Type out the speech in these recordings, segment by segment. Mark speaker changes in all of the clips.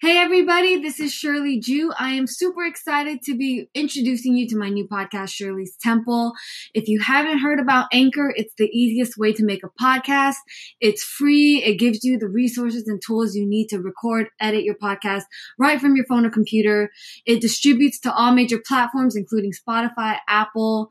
Speaker 1: Hey everybody, this is Shirley Jew. I am super excited to be introducing you to my new podcast, Shirley's Temple. If you haven't heard about Anchor, it's the easiest way to make a podcast. It's free. It gives you the resources and tools you need to record, edit your podcast right from your phone or computer. It distributes to all major platforms, including Spotify, Apple,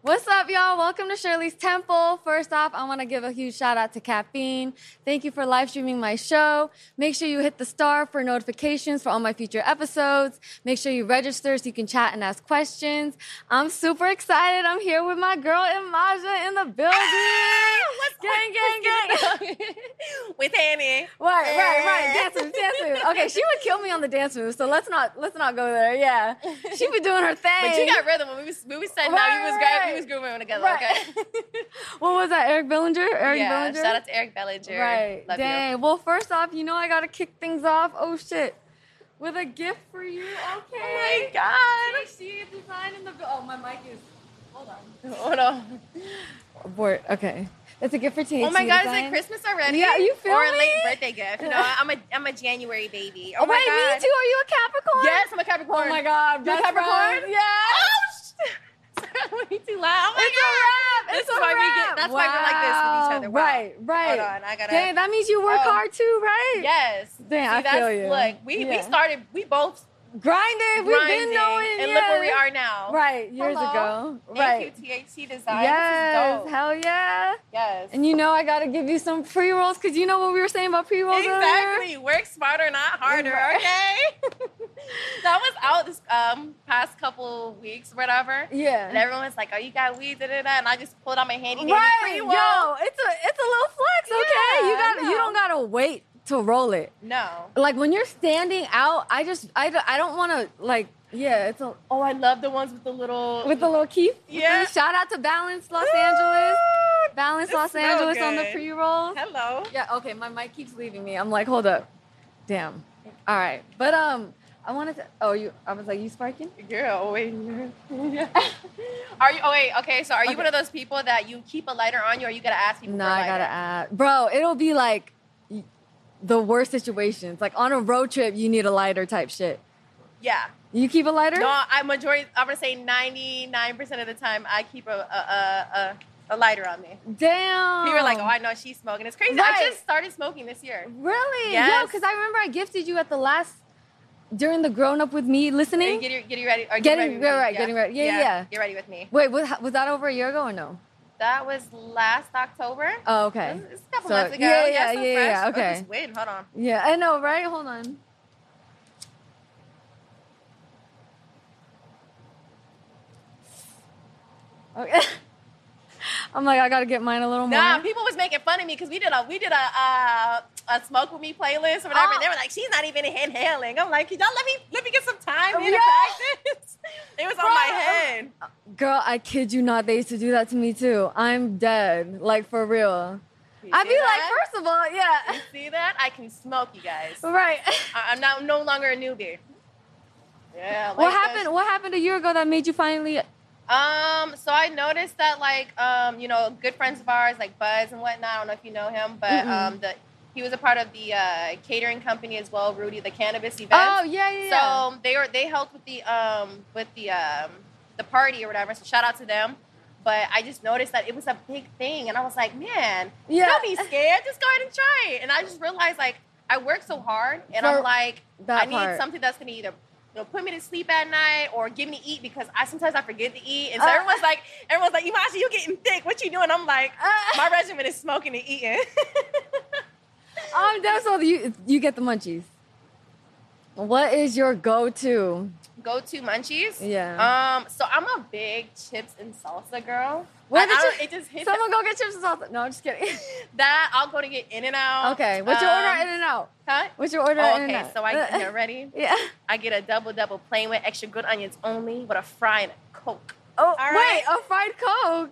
Speaker 2: What's up, y'all? Welcome to Shirley's Temple. First off, I want to give a huge shout out to Caffeine. Thank you for live streaming my show. Make sure you hit the star for notifications for all my future episodes. Make sure you register so you can chat and ask questions. I'm super excited. I'm here with my girl Imaja in the building. gang, gang, gang.
Speaker 3: with Annie.
Speaker 2: Right, right, right. Dance move, dance move. Okay, she would kill me on the dance move, so let's not let's not go there. Yeah, she be doing her thing.
Speaker 3: But you got rhythm when we was, when we said
Speaker 2: Right,
Speaker 3: now you was
Speaker 2: right,
Speaker 3: great, we was grooving together. Okay.
Speaker 2: what was that, Eric Billinger? Eric
Speaker 3: yeah.
Speaker 2: Billinger.
Speaker 3: Shout out to Eric Bellinger.
Speaker 2: Right.
Speaker 3: Love
Speaker 2: Dang.
Speaker 3: you.
Speaker 2: Well, first off, you know I gotta kick things off. Oh shit. With a gift for you. Okay.
Speaker 3: Oh my god.
Speaker 2: she is designing the. Oh, my mic is. Hold on.
Speaker 3: Hold on.
Speaker 2: Abort. Okay. It's a gift for THC.
Speaker 3: Oh my god, is
Speaker 2: design.
Speaker 3: it Christmas already?
Speaker 2: Yeah, you feel
Speaker 3: Or a
Speaker 2: me?
Speaker 3: late birthday gift. You know, I'm a I'm a January baby. Oh
Speaker 2: Oh,
Speaker 3: my
Speaker 2: wait,
Speaker 3: god.
Speaker 2: me too. Are you a Capricorn?
Speaker 3: Yes, I'm a Capricorn.
Speaker 2: Oh my god.
Speaker 3: You're a
Speaker 2: best
Speaker 3: Capricorn?
Speaker 2: friends. Yeah.
Speaker 3: Oh shit. Way too loud. Oh my
Speaker 2: It's a
Speaker 3: god.
Speaker 2: wrap.
Speaker 3: This
Speaker 2: It's
Speaker 3: is
Speaker 2: a
Speaker 3: why we get-
Speaker 2: wrap.
Speaker 3: that's why we're like this with each
Speaker 2: Wow.
Speaker 3: other. Wow.
Speaker 2: Right, right.
Speaker 3: Hold on, I gotta-
Speaker 2: Dang, that means you work
Speaker 3: Oh.
Speaker 2: hard too, right?
Speaker 3: Yes.
Speaker 2: Dang, I
Speaker 3: See, that's,
Speaker 2: feel you.
Speaker 3: Look, we, we
Speaker 2: Yeah.
Speaker 3: started, we both
Speaker 2: Grinded. We've been
Speaker 3: grinding,
Speaker 2: knowing.
Speaker 3: and
Speaker 2: yeah.
Speaker 3: look where we are now.
Speaker 2: Right, years
Speaker 3: Hello.
Speaker 2: ago.
Speaker 3: Thank
Speaker 2: right.
Speaker 3: you, THC Design. This
Speaker 2: Yes,
Speaker 3: is dope.
Speaker 2: hell yeah.
Speaker 3: yes.
Speaker 2: And you know I gotta give you some pre rolls because you know what we were saying about pre rolls
Speaker 3: Exactly. Work smarter, not harder.
Speaker 2: Right.
Speaker 3: Okay. that was out this um past couple weeks, whatever.
Speaker 2: Yeah.
Speaker 3: And everyone's like, "Oh, you got weed, da da da," and I just pulled out my handy dandy
Speaker 2: Right,
Speaker 3: free roll.
Speaker 2: yo, it's a it's a little flex, okay?
Speaker 3: Yeah,
Speaker 2: you got
Speaker 3: no.
Speaker 2: you don't gotta wait to roll it.
Speaker 3: No.
Speaker 2: Like when you're standing out, I just I, don't- I don't want to like yeah, it's a
Speaker 3: Oh, I love the ones with the little
Speaker 2: with the little Keith.
Speaker 3: Yeah.
Speaker 2: Shout out to Balance Los
Speaker 3: Ooh,
Speaker 2: Angeles, Balance
Speaker 3: this
Speaker 2: Los
Speaker 3: smell
Speaker 2: Angeles on the
Speaker 3: good.
Speaker 2: pre rolls.
Speaker 3: Hello.
Speaker 2: Yeah, okay, my mic keeps leaving me. I'm like, hold up. Damn. All right. But um I wanted to oh you I was like, you sparking?
Speaker 3: Girl, wait. are you? Oh wait. Okay. So, are you
Speaker 2: Okay.
Speaker 3: one of those people that you keep a lighter on you, or you gotta ask people?
Speaker 2: No,
Speaker 3: for a
Speaker 2: I
Speaker 3: lighter?
Speaker 2: gotta add. Bro, it'll be like y- the worst situations. Like on a road trip, you need a lighter type shit.
Speaker 3: Yeah.
Speaker 2: You keep a lighter?
Speaker 3: No, I majority. I'm gonna say 99 percent of the time, I keep a a a, a, a lighter on me.
Speaker 2: Damn.
Speaker 3: People are like, oh, I know she's smoking. It's crazy.
Speaker 2: Right.
Speaker 3: I just started smoking this year.
Speaker 2: Really? Yo,
Speaker 3: Yes.
Speaker 2: because I remember I gifted you at the last during the grown up with me
Speaker 3: Are you
Speaker 2: listening.
Speaker 3: getting, getting ready? Are you
Speaker 2: Getting-
Speaker 3: ready with
Speaker 2: right,
Speaker 3: me?
Speaker 2: right, getting ready. Yeah, yeah.
Speaker 3: Get ready with me.
Speaker 2: Wait, was, was that over a year ago or no?
Speaker 3: That was last October.
Speaker 2: Oh, okay.
Speaker 3: It's a couple
Speaker 2: So-
Speaker 3: months ago.
Speaker 2: yeah, yeah,
Speaker 3: yeah, so
Speaker 2: yeah,
Speaker 3: fresh.
Speaker 2: yeah,
Speaker 3: Oh,
Speaker 2: okay.
Speaker 3: this wind. Hold on.
Speaker 2: Yeah, I know, right? Hold on. Okay. I'm like, I gotta get mine a little more.
Speaker 3: Nah, people was making fun of me because we did a we did a uh, a smoke with me playlist or whatever.
Speaker 2: Oh.
Speaker 3: And they were like, she's not even inhaling. I'm like, y'all let me let me get some time here
Speaker 2: Oh,
Speaker 3: to
Speaker 2: Yeah.
Speaker 3: practice. It was on my
Speaker 2: Bro.
Speaker 3: head.
Speaker 2: Girl, I kid you not, they used to do that to me too. I'm dead, like for real.
Speaker 3: You
Speaker 2: I'd
Speaker 3: see
Speaker 2: be
Speaker 3: that?
Speaker 2: like, first of all, yeah,
Speaker 3: You see that? I can smoke, you guys. I-
Speaker 2: right.
Speaker 3: I'm not I'm no longer a newbie. Yeah.
Speaker 2: what
Speaker 3: like those-
Speaker 2: happened? What happened a year ago that made you finally?
Speaker 3: Um, so I noticed that like um, you know, good friends of ours like Buzz and whatnot. I don't know if you know him, but um, the He was a part of the uh, catering company as well, Rudy, the cannabis event.
Speaker 2: Oh yeah, yeah. yeah.
Speaker 3: So they were they helped with the um with the um the party or whatever. So shout out to them. But I just noticed that it was a big thing, and I was like, man,
Speaker 2: Yeah.
Speaker 3: don't be scared. Just go ahead and try it. And I just realized like I work so hard, and
Speaker 2: For
Speaker 3: I'm like,
Speaker 2: that
Speaker 3: I need
Speaker 2: part.
Speaker 3: something that's gonna either. You know, put me to sleep at night or give me to eat because I sometimes I forget to eat. And so
Speaker 2: Uh.
Speaker 3: everyone's like, everyone's like, Imashi, you getting thick. What you doing? I'm like,
Speaker 2: Uh.
Speaker 3: my regimen is smoking and eating.
Speaker 2: Um, that's all you you get the munchies. What is your go-to?
Speaker 3: go to munchies.
Speaker 2: Yeah.
Speaker 3: Um. So I'm a big chips and salsa girl.
Speaker 2: Where
Speaker 3: I-
Speaker 2: did
Speaker 3: I
Speaker 2: you-
Speaker 3: don't- It just hit
Speaker 2: Someone go get chips and salsa. No, I'm just kidding.
Speaker 3: that. I'll go to get In and Out.
Speaker 2: okay, what's your order in and out?
Speaker 3: Huh?
Speaker 2: What's your order
Speaker 3: um, Oh,
Speaker 2: in and
Speaker 3: okay.
Speaker 2: out?
Speaker 3: So I get it ready.
Speaker 2: yeah.
Speaker 3: I get a double double plain with extra good onions only with a fry and a coke. All
Speaker 2: Oh wait,
Speaker 3: right.
Speaker 2: a fried coke.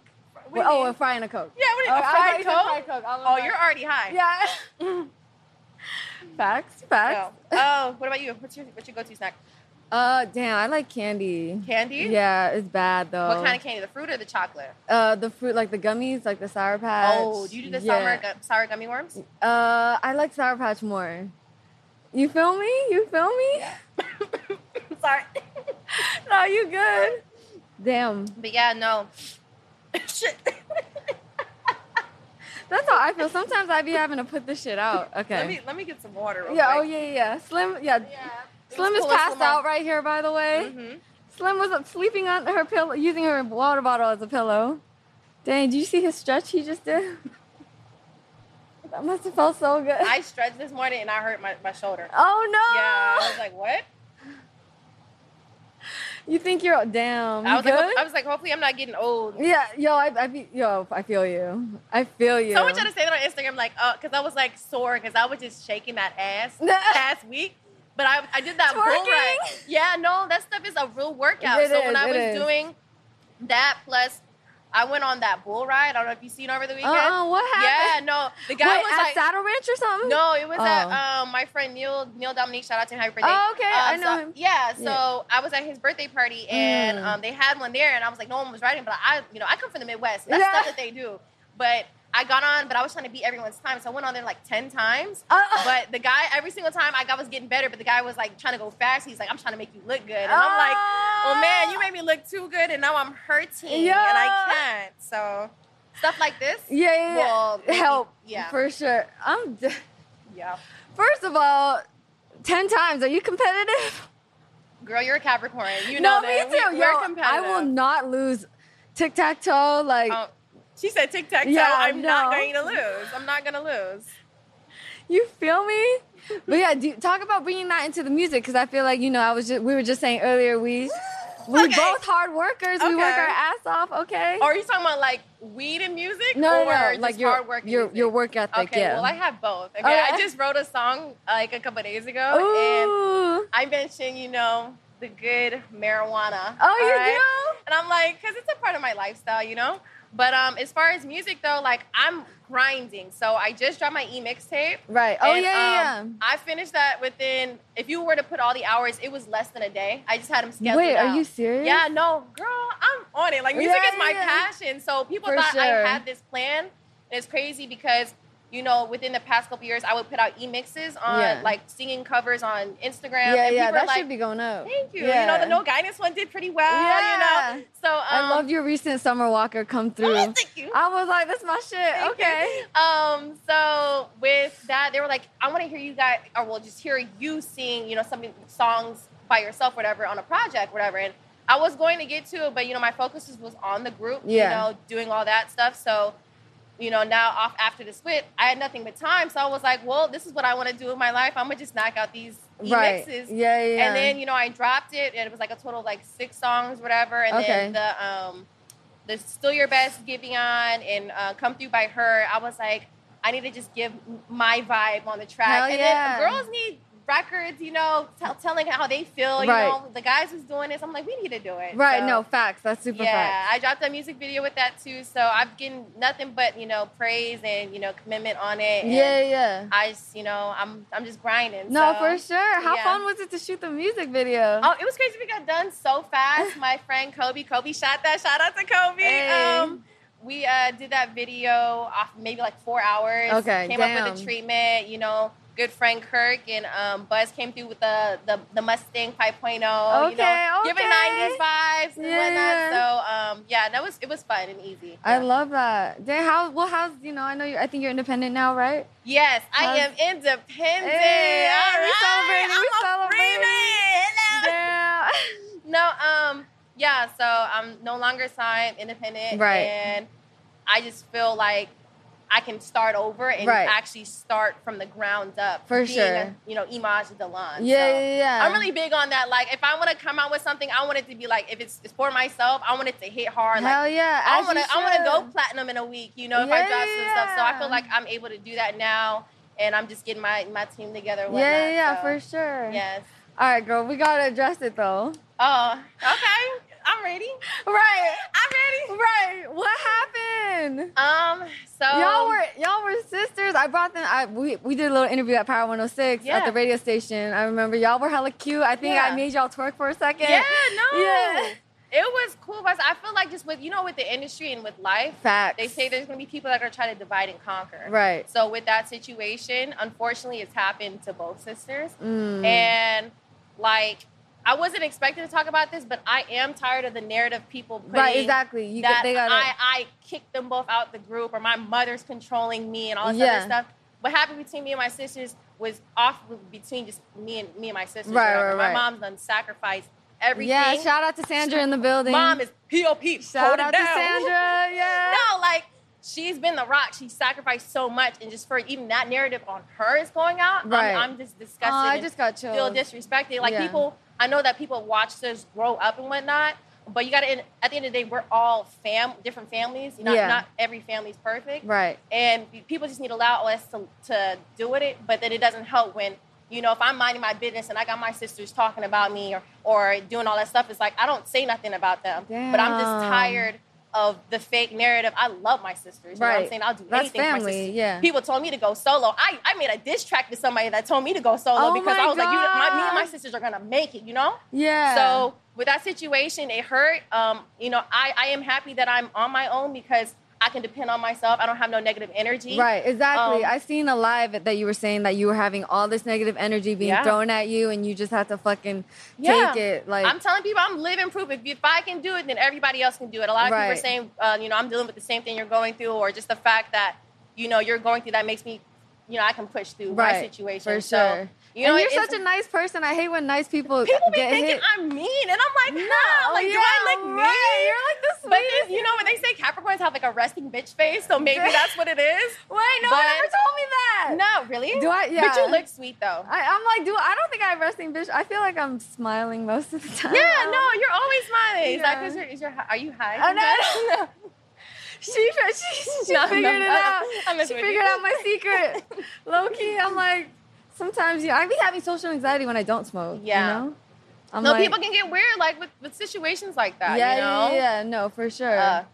Speaker 3: What do you
Speaker 2: oh,
Speaker 3: mean?
Speaker 2: a fry and a coke.
Speaker 3: Yeah. What do you- a
Speaker 2: Oh, I thought
Speaker 3: fried
Speaker 2: you
Speaker 3: coke.
Speaker 2: said fried Coke. I was
Speaker 3: Oh,
Speaker 2: like-
Speaker 3: you're already high.
Speaker 2: Yeah. facts, facts.
Speaker 3: So- oh, what about you? What's your what's your go-to snack?
Speaker 2: Uh, damn, I like candy.
Speaker 3: Candy?
Speaker 2: Yeah, it's bad though.
Speaker 3: What kind of candy? The fruit or the chocolate?
Speaker 2: Uh, the fruit, like the gummies, like the sour patch.
Speaker 3: Oh, do you do the sour, gu- sour gummy worms?
Speaker 2: Uh, I like sour patch more. You feel me? You feel me?
Speaker 3: Sorry.
Speaker 2: no, you good. Damn,
Speaker 3: But yeah, no. Shit.
Speaker 2: that's how I feel. Sometimes I be having to put this shit out. Okay.
Speaker 3: Let me let me get some water. Real
Speaker 2: yeah. Oh
Speaker 3: quick.
Speaker 2: yeah, yeah, yeah. Slim. Yeah.
Speaker 3: Yeah.
Speaker 2: Slim is passed out right here, by the way.
Speaker 3: Mhm.
Speaker 2: Slim was up sleeping on her pillow, using her water bottle as a pillow. Dang, did you see his stretch he just did? that must have felt so good.
Speaker 3: I stretched this morning and I hurt my, my shoulder.
Speaker 2: oh no!
Speaker 3: Yeah, I was like, what?
Speaker 2: you think you're damn?
Speaker 3: I was
Speaker 2: you
Speaker 3: like,
Speaker 2: good?
Speaker 3: hope- I was like, hopefully I'm not getting old.
Speaker 2: yeah, yo, I, I, be, yo, I feel you. I feel you.
Speaker 3: Someone tried to say that on Instagram, like, oh, because I was like sore because I was just shaking that ass last week. But I, I did that bull ride.
Speaker 2: Twerking?
Speaker 3: Yeah, no, that stuff is a real workout.
Speaker 2: It
Speaker 3: so
Speaker 2: is,
Speaker 3: when I
Speaker 2: it
Speaker 3: was
Speaker 2: is.
Speaker 3: doing that, plus I went on that bull ride. I don't know if you seen over the weekend.
Speaker 2: Uh-uh, what
Speaker 3: Yeah,
Speaker 2: happened?
Speaker 3: no, the guy
Speaker 2: Wait,
Speaker 3: was
Speaker 2: at
Speaker 3: like,
Speaker 2: Saddle Ranch or something?
Speaker 3: No, it was at
Speaker 2: Oh.
Speaker 3: um, my friend Neil Neil Dominique. Shout out to him. Happy birthday.
Speaker 2: Oh, okay.
Speaker 3: Um,
Speaker 2: I know
Speaker 3: so-
Speaker 2: him.
Speaker 3: Yeah. So
Speaker 2: Yeah.
Speaker 3: I was at his birthday party and
Speaker 2: Mm.
Speaker 3: um, they had one there, and I was like, no one was riding, but I, you know, I come from the Midwest. That's
Speaker 2: Yeah.
Speaker 3: stuff that they do. But I got on, but I was trying to beat everyone's time, so I went on there like ten times.
Speaker 2: Uh,
Speaker 3: But the guy, every single time I got was getting better, but the guy was like trying to go fast. He's like, I'm trying to make you look good, and I'm like,
Speaker 2: Oh.
Speaker 3: well, man,
Speaker 2: Ah!"
Speaker 3: you made me look too good, and now I'm hurting, and
Speaker 2: Yeah.
Speaker 3: I can't. So stuff like this.
Speaker 2: yeah, yeah, yeah.
Speaker 3: Well, maybe-
Speaker 2: help.
Speaker 3: yeah.
Speaker 2: for sure. I'm. d-
Speaker 3: Yeah.
Speaker 2: First of all, ten times. Are you competitive?
Speaker 3: Girl, you're a Capricorn. You know
Speaker 2: no,
Speaker 3: that.
Speaker 2: me too.
Speaker 3: We,
Speaker 2: Yo,
Speaker 3: are competitive.
Speaker 2: I will not lose. Tic tac toe, like
Speaker 3: Um, she said tic tac toe.
Speaker 2: Yeah,
Speaker 3: I'm not
Speaker 2: no.
Speaker 3: going to lose. I'm not going to lose.
Speaker 2: you feel me? But yeah, do, talk about bringing that into the music because I feel like you know I was just, we were just saying earlier we we
Speaker 3: Okay.
Speaker 2: both hard workers. We work
Speaker 3: Okay.
Speaker 2: our ass off. Okay.
Speaker 3: Or Oh, are you talking about like weed and music?
Speaker 2: No, no,
Speaker 3: or
Speaker 2: no,
Speaker 3: Just
Speaker 2: like your-
Speaker 3: hard work and
Speaker 2: your-
Speaker 3: music?
Speaker 2: your work ethic,
Speaker 3: Okay,
Speaker 2: yeah. Oh,
Speaker 3: well, I have both. Okay,
Speaker 2: Okay.
Speaker 3: I just wrote a song like a couple days ago, and
Speaker 2: Ooh.
Speaker 3: I mentioned, you know, the good marijuana.
Speaker 2: Oh, you
Speaker 3: alright?
Speaker 2: do?
Speaker 3: And I'm like, because it's a part of my lifestyle, you know? But um, as far as music, though, like I'm grinding. So I just dropped my e mixtape.
Speaker 2: Right. Oh
Speaker 3: And,
Speaker 2: yeah, yeah,
Speaker 3: um,
Speaker 2: yeah.
Speaker 3: I finished that within. If you were to put all the hours, it was less than a day. I just had them scheduled.
Speaker 2: Wait, are
Speaker 3: out.
Speaker 2: you serious?
Speaker 3: Yeah, no, girl, I'm on it. Like music
Speaker 2: Yeah,
Speaker 3: is my
Speaker 2: yeah.
Speaker 3: passion. So people
Speaker 2: For
Speaker 3: thought I
Speaker 2: sure.
Speaker 3: had this plan, and it's crazy because you know within the past couple years, I would put out e mixes on
Speaker 2: Yeah.
Speaker 3: like singing covers on Instagram.
Speaker 2: Yeah,
Speaker 3: and people
Speaker 2: yeah.
Speaker 3: are
Speaker 2: That
Speaker 3: like,
Speaker 2: should be going up.
Speaker 3: Thank you.
Speaker 2: Yeah.
Speaker 3: You know the no guidance one did pretty well.
Speaker 2: Yeah.
Speaker 3: You know, so um,
Speaker 2: I love your recent Summer Walker come through.
Speaker 3: Oh, thank you.
Speaker 2: I was like, that's my shit. okay.
Speaker 3: Um, so with that, they were like, I want to hear you guys, or we'll just hear you sing, you know, some songs by yourself, whatever, on a project, whatever. And I was going to get to it, but you know, my focus was- was on the group,
Speaker 2: Yeah.
Speaker 3: you know, doing all that stuff. So, you know, now off after the split, I had nothing but time. So I was like, well, this is what I want to do with my life. I'm gonna just knock out these E
Speaker 2: Right.
Speaker 3: mixes.
Speaker 2: Yeah, yeah, yeah.
Speaker 3: And then you know, I dropped it, and it was like a total of like six songs, whatever. And
Speaker 2: Okay.
Speaker 3: then the um the Still Your Best Giving On and uh, Come Through by her, I was like, I need to just give m- my vibe on the track.
Speaker 2: Hell
Speaker 3: and
Speaker 2: yeah.
Speaker 3: then girls need records, you know, tell telling how they feel. You
Speaker 2: Right.
Speaker 3: know, the guys was doing this. I'm like, we need to do it.
Speaker 2: Right.
Speaker 3: So,
Speaker 2: No facts. That's super
Speaker 3: yeah,
Speaker 2: facts.
Speaker 3: I dropped a music video with that too. So I've getting nothing but, you know, praise and, you know, commitment on it. and
Speaker 2: Yeah, yeah.
Speaker 3: I just, you know, I'm I'm just grinding.
Speaker 2: No,
Speaker 3: Um, so.
Speaker 2: for sure. How
Speaker 3: yeah.
Speaker 2: fun was it to shoot the music video?
Speaker 3: Oh, it was crazy. We got done so fast. My friend Kobe, Kobe shot that. Shout out to Kobe.
Speaker 2: Hey.
Speaker 3: Um, we uh, did that video off maybe like four hours.
Speaker 2: Okay,
Speaker 3: came up with
Speaker 2: damn.
Speaker 3: a treatment. You know, good friend Kirk and um, Buzz came through with the the, the Mustang 5.0. you
Speaker 2: Okay,
Speaker 3: know, giving
Speaker 2: okay.
Speaker 3: 90s vibes and
Speaker 2: Yeah.
Speaker 3: whatnot. So um, yeah, that was it was fun and easy.
Speaker 2: I
Speaker 3: Yeah.
Speaker 2: love that. Then how? Well, how's you know? I know you. I think you're independent now, right?
Speaker 3: Yes, I
Speaker 2: How's-
Speaker 3: am independent.
Speaker 2: Hey,
Speaker 3: All
Speaker 2: we
Speaker 3: right,
Speaker 2: celebrating, we
Speaker 3: I'm a
Speaker 2: celebrating.
Speaker 3: free man. Hello.
Speaker 2: Yeah.
Speaker 3: No, um, yeah, so I'm no longer signed, independent.
Speaker 2: Right.
Speaker 3: And I just feel like I can start over and
Speaker 2: Right.
Speaker 3: actually start from the ground up.
Speaker 2: For
Speaker 3: being
Speaker 2: sure.
Speaker 3: A, you know, Image Delon.
Speaker 2: Yeah,
Speaker 3: So
Speaker 2: yeah, yeah.
Speaker 3: I'm really big on that. Like, if I want to come out with something, I want it to be like, if it's, it's for myself, I want it to hit hard. like,
Speaker 2: Hell yeah.
Speaker 3: I
Speaker 2: as you
Speaker 3: want to. I want to go
Speaker 2: should.
Speaker 3: platinum in a week. You know, if I
Speaker 2: Yeah,
Speaker 3: drop some stuff, so I
Speaker 2: yeah.
Speaker 3: feel like I'm able to do that now, and I'm just getting my my team together. and
Speaker 2: Yeah, yeah,
Speaker 3: whatnot,
Speaker 2: yeah,
Speaker 3: so,
Speaker 2: for sure.
Speaker 3: Yes.
Speaker 2: All right, girl, we gotta address it though.
Speaker 3: Oh, okay. I'm ready.
Speaker 2: Right.
Speaker 3: I'm ready.
Speaker 2: Right. What happened?
Speaker 3: Um. So
Speaker 2: y'all were y'all were sisters. I brought them. I we, we did a little interview at Power 106
Speaker 3: Yeah.
Speaker 2: at the radio station. I remember y'all were hella cute. I think I
Speaker 3: Yeah.
Speaker 2: made y'all twerk for a second.
Speaker 3: Yeah. No.
Speaker 2: Yeah.
Speaker 3: It was cool, but I feel like just with you know with the industry and with life,
Speaker 2: Facts.
Speaker 3: they say there's gonna be people that are trying to divide and conquer.
Speaker 2: Right.
Speaker 3: So with that situation, unfortunately, it's happened to both sisters.
Speaker 2: Mm.
Speaker 3: And like, I wasn't expecting to talk about this, but I am tired of the narrative people putting
Speaker 2: right. Exactly. You
Speaker 3: that
Speaker 2: they gotta.
Speaker 3: I, I kicked them both out the group or my mother's controlling me and all this
Speaker 2: Yeah.
Speaker 3: other stuff. What happened between me and my sisters was off between just me and me and my sisters.
Speaker 2: Right,
Speaker 3: whatever.
Speaker 2: right, right.
Speaker 3: My mom's done sacrificed everything.
Speaker 2: yeah. Shout out to Sandra in the building.
Speaker 3: Mom is POP.
Speaker 2: Shout
Speaker 3: hold it
Speaker 2: out to
Speaker 3: down.
Speaker 2: Sandra. Yeah.
Speaker 3: No, like she's been the rock. She sacrificed so much, and just for even that narrative on her is going out, I'm-
Speaker 2: Right.
Speaker 3: I'm, just disgusted.
Speaker 2: Aw, I
Speaker 3: and
Speaker 2: just got
Speaker 3: feel
Speaker 2: chills.
Speaker 3: disrespected. Like
Speaker 2: Yeah.
Speaker 3: people, I know that people watch this grow up and whatnot, but you got to. At the end of the day, we're all fam, different families. You know,
Speaker 2: Yeah.
Speaker 3: not every family's perfect,
Speaker 2: Right.
Speaker 3: And pe- people just need to allow us to to do with it, but then it doesn't help when. You know, if I'm minding my business and I got my sisters talking about me or, or doing all that stuff, it's like I don't say nothing about them. But I'm
Speaker 2: Damn.
Speaker 3: just tired of the fake narrative. I love my sisters. You know what
Speaker 2: Right.
Speaker 3: I'm saying? I'll do
Speaker 2: That's
Speaker 3: anything for my
Speaker 2: family,
Speaker 3: sisters.
Speaker 2: yeah.
Speaker 3: People told me to go solo. I, I made a diss track to somebody that told me to go solo
Speaker 2: Oh
Speaker 3: because
Speaker 2: my
Speaker 3: I was like, you, my, me and my
Speaker 2: gosh.
Speaker 3: sisters are going to make it, you know?
Speaker 2: Yeah.
Speaker 3: So with that situation, it hurt. Um, you know, I, I am happy that I'm on my own because I can depend on myself. I don't have no negative energy.
Speaker 2: Right, exactly.
Speaker 3: Um,
Speaker 2: I seen a live that you were saying that you were having all this negative energy being
Speaker 3: Yeah.
Speaker 2: thrown at you, and you just had to fucking take it. Like
Speaker 3: I'm telling people, I'm living proof. If, if I can do it, then everybody else can do it. A lot of people
Speaker 2: Right.
Speaker 3: are saying, uh, you know, I'm dealing with the same thing you're going through, or just the fact that, you know, you're going through that makes me, you know, I can push through my situation.
Speaker 2: for sure.
Speaker 3: So, you know,
Speaker 2: and
Speaker 3: it-
Speaker 2: you're
Speaker 3: it's-
Speaker 2: such a nice person. I hate when nice people
Speaker 3: people be
Speaker 2: get
Speaker 3: thinking
Speaker 2: hit.
Speaker 3: I'm mean, and I'm like, no, like, do I
Speaker 2: yeah,
Speaker 3: look
Speaker 2: right.
Speaker 3: mean?
Speaker 2: You're like the
Speaker 3: But then, you know, when they say Capricorns have like a resting bitch face, so maybe that's what it is.
Speaker 2: Wait, no one
Speaker 3: But-
Speaker 2: ever told me that.
Speaker 3: No, really?
Speaker 2: Do I-
Speaker 3: But
Speaker 2: yeah. Uh,
Speaker 3: you look sweet though.
Speaker 2: I, I'm like, do I don't think I have resting bitch. I feel like I'm smiling most of the time.
Speaker 3: yeah, no, you're always smiling. Is that
Speaker 2: um, Yeah.
Speaker 3: 'cause you're, is your, are you high?
Speaker 2: Oh,
Speaker 3: sometimes?
Speaker 2: no, no, no. She, fi- she, she
Speaker 3: No,
Speaker 2: figured
Speaker 3: no, no,
Speaker 2: it out.
Speaker 3: I'm
Speaker 2: she
Speaker 3: messing with you.
Speaker 2: figured out my secret. Low key, I'm like, sometimes you I be having social anxiety when I don't smoke.
Speaker 3: Yeah.
Speaker 2: You know? I'm
Speaker 3: no,
Speaker 2: like,
Speaker 3: people can get weird like with, with situations like that.
Speaker 2: yeah,
Speaker 3: you know?
Speaker 2: yeah, yeah, no, for sure.
Speaker 3: Uh,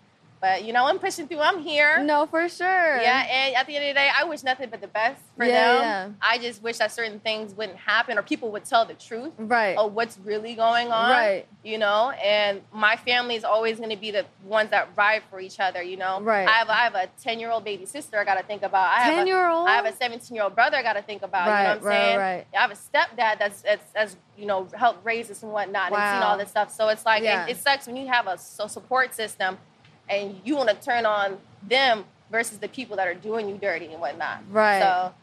Speaker 3: but you know, I'm pushing through. I'm here.
Speaker 2: no, for sure.
Speaker 3: Yeah, and at the end of the day, I wish nothing but the best for
Speaker 2: Yeah,
Speaker 3: them.
Speaker 2: yeah.
Speaker 3: I just wish that certain things wouldn't happen or people would tell the truth
Speaker 2: Right.
Speaker 3: of what's really going on.
Speaker 2: Right.
Speaker 3: You know, and my family is always going to be the ones that ride for each other. You know,
Speaker 2: Right.
Speaker 3: I have I have a ten year old baby sister I got to think about. I have a-
Speaker 2: 10-year-old?
Speaker 3: I have a seventeen year old brother I got to think about. you
Speaker 2: Right,
Speaker 3: know what I'm
Speaker 2: right,
Speaker 3: saying?
Speaker 2: right.
Speaker 3: I have a stepdad that's that's, that's you know helped raise us and whatnot and seen
Speaker 2: Wow.
Speaker 3: all this stuff. So it's like
Speaker 2: Yeah.
Speaker 3: it, it sucks when you have a so support system and you want to turn on them versus the people that are doing you dirty and whatnot.
Speaker 2: Right.
Speaker 3: So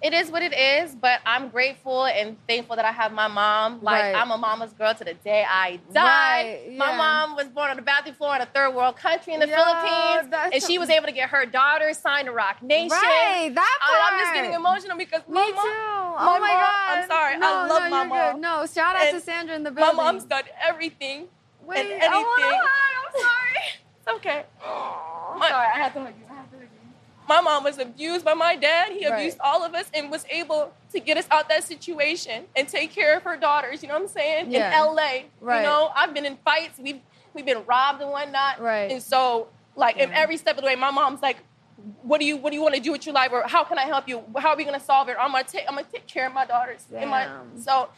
Speaker 3: it is what it is, but I'm grateful and thankful that I have my mom. Like
Speaker 2: Right.
Speaker 3: I'm a mama's girl to the day I die.
Speaker 2: Right, yeah.
Speaker 3: My mom was born on the bathroom floor in a third world country in the
Speaker 2: Yo,
Speaker 3: Philippines,
Speaker 2: that's
Speaker 3: and she was able to get her daughter signed to Rock Nation.
Speaker 2: Right, that
Speaker 3: I- Oh, I'm just
Speaker 2: part.
Speaker 3: getting emotional because
Speaker 2: Me
Speaker 3: my
Speaker 2: too.
Speaker 3: mom,
Speaker 2: oh my
Speaker 3: mom-
Speaker 2: god.
Speaker 3: I'm sorry. I
Speaker 2: No,
Speaker 3: love
Speaker 2: no,
Speaker 3: my
Speaker 2: you're
Speaker 3: mom.
Speaker 2: good. No, shout out to
Speaker 3: And
Speaker 2: Sandra in the
Speaker 3: my
Speaker 2: building.
Speaker 3: mom's done everything
Speaker 2: Wait,
Speaker 3: and
Speaker 2: I want
Speaker 3: anything.
Speaker 2: a hug. I'm sorry.
Speaker 3: It's okay. My- sorry, I had to hug you. My mom was abused by my dad. He
Speaker 2: Right.
Speaker 3: abused all of us and was able to get us out that situation and take care of her daughters. You know what I'm saying?
Speaker 2: Yeah.
Speaker 3: In LA,
Speaker 2: Right.
Speaker 3: you know, I've been in fights. We've we've been robbed and whatnot.
Speaker 2: Right.
Speaker 3: And so, like, in every step of the way, my mom's like, "What do you What do you want to do with your life? Or how can I help you? How are we gonna solve it? I'm gonna take I'm gonna take care of my daughters and my
Speaker 2: Damn.
Speaker 3: so."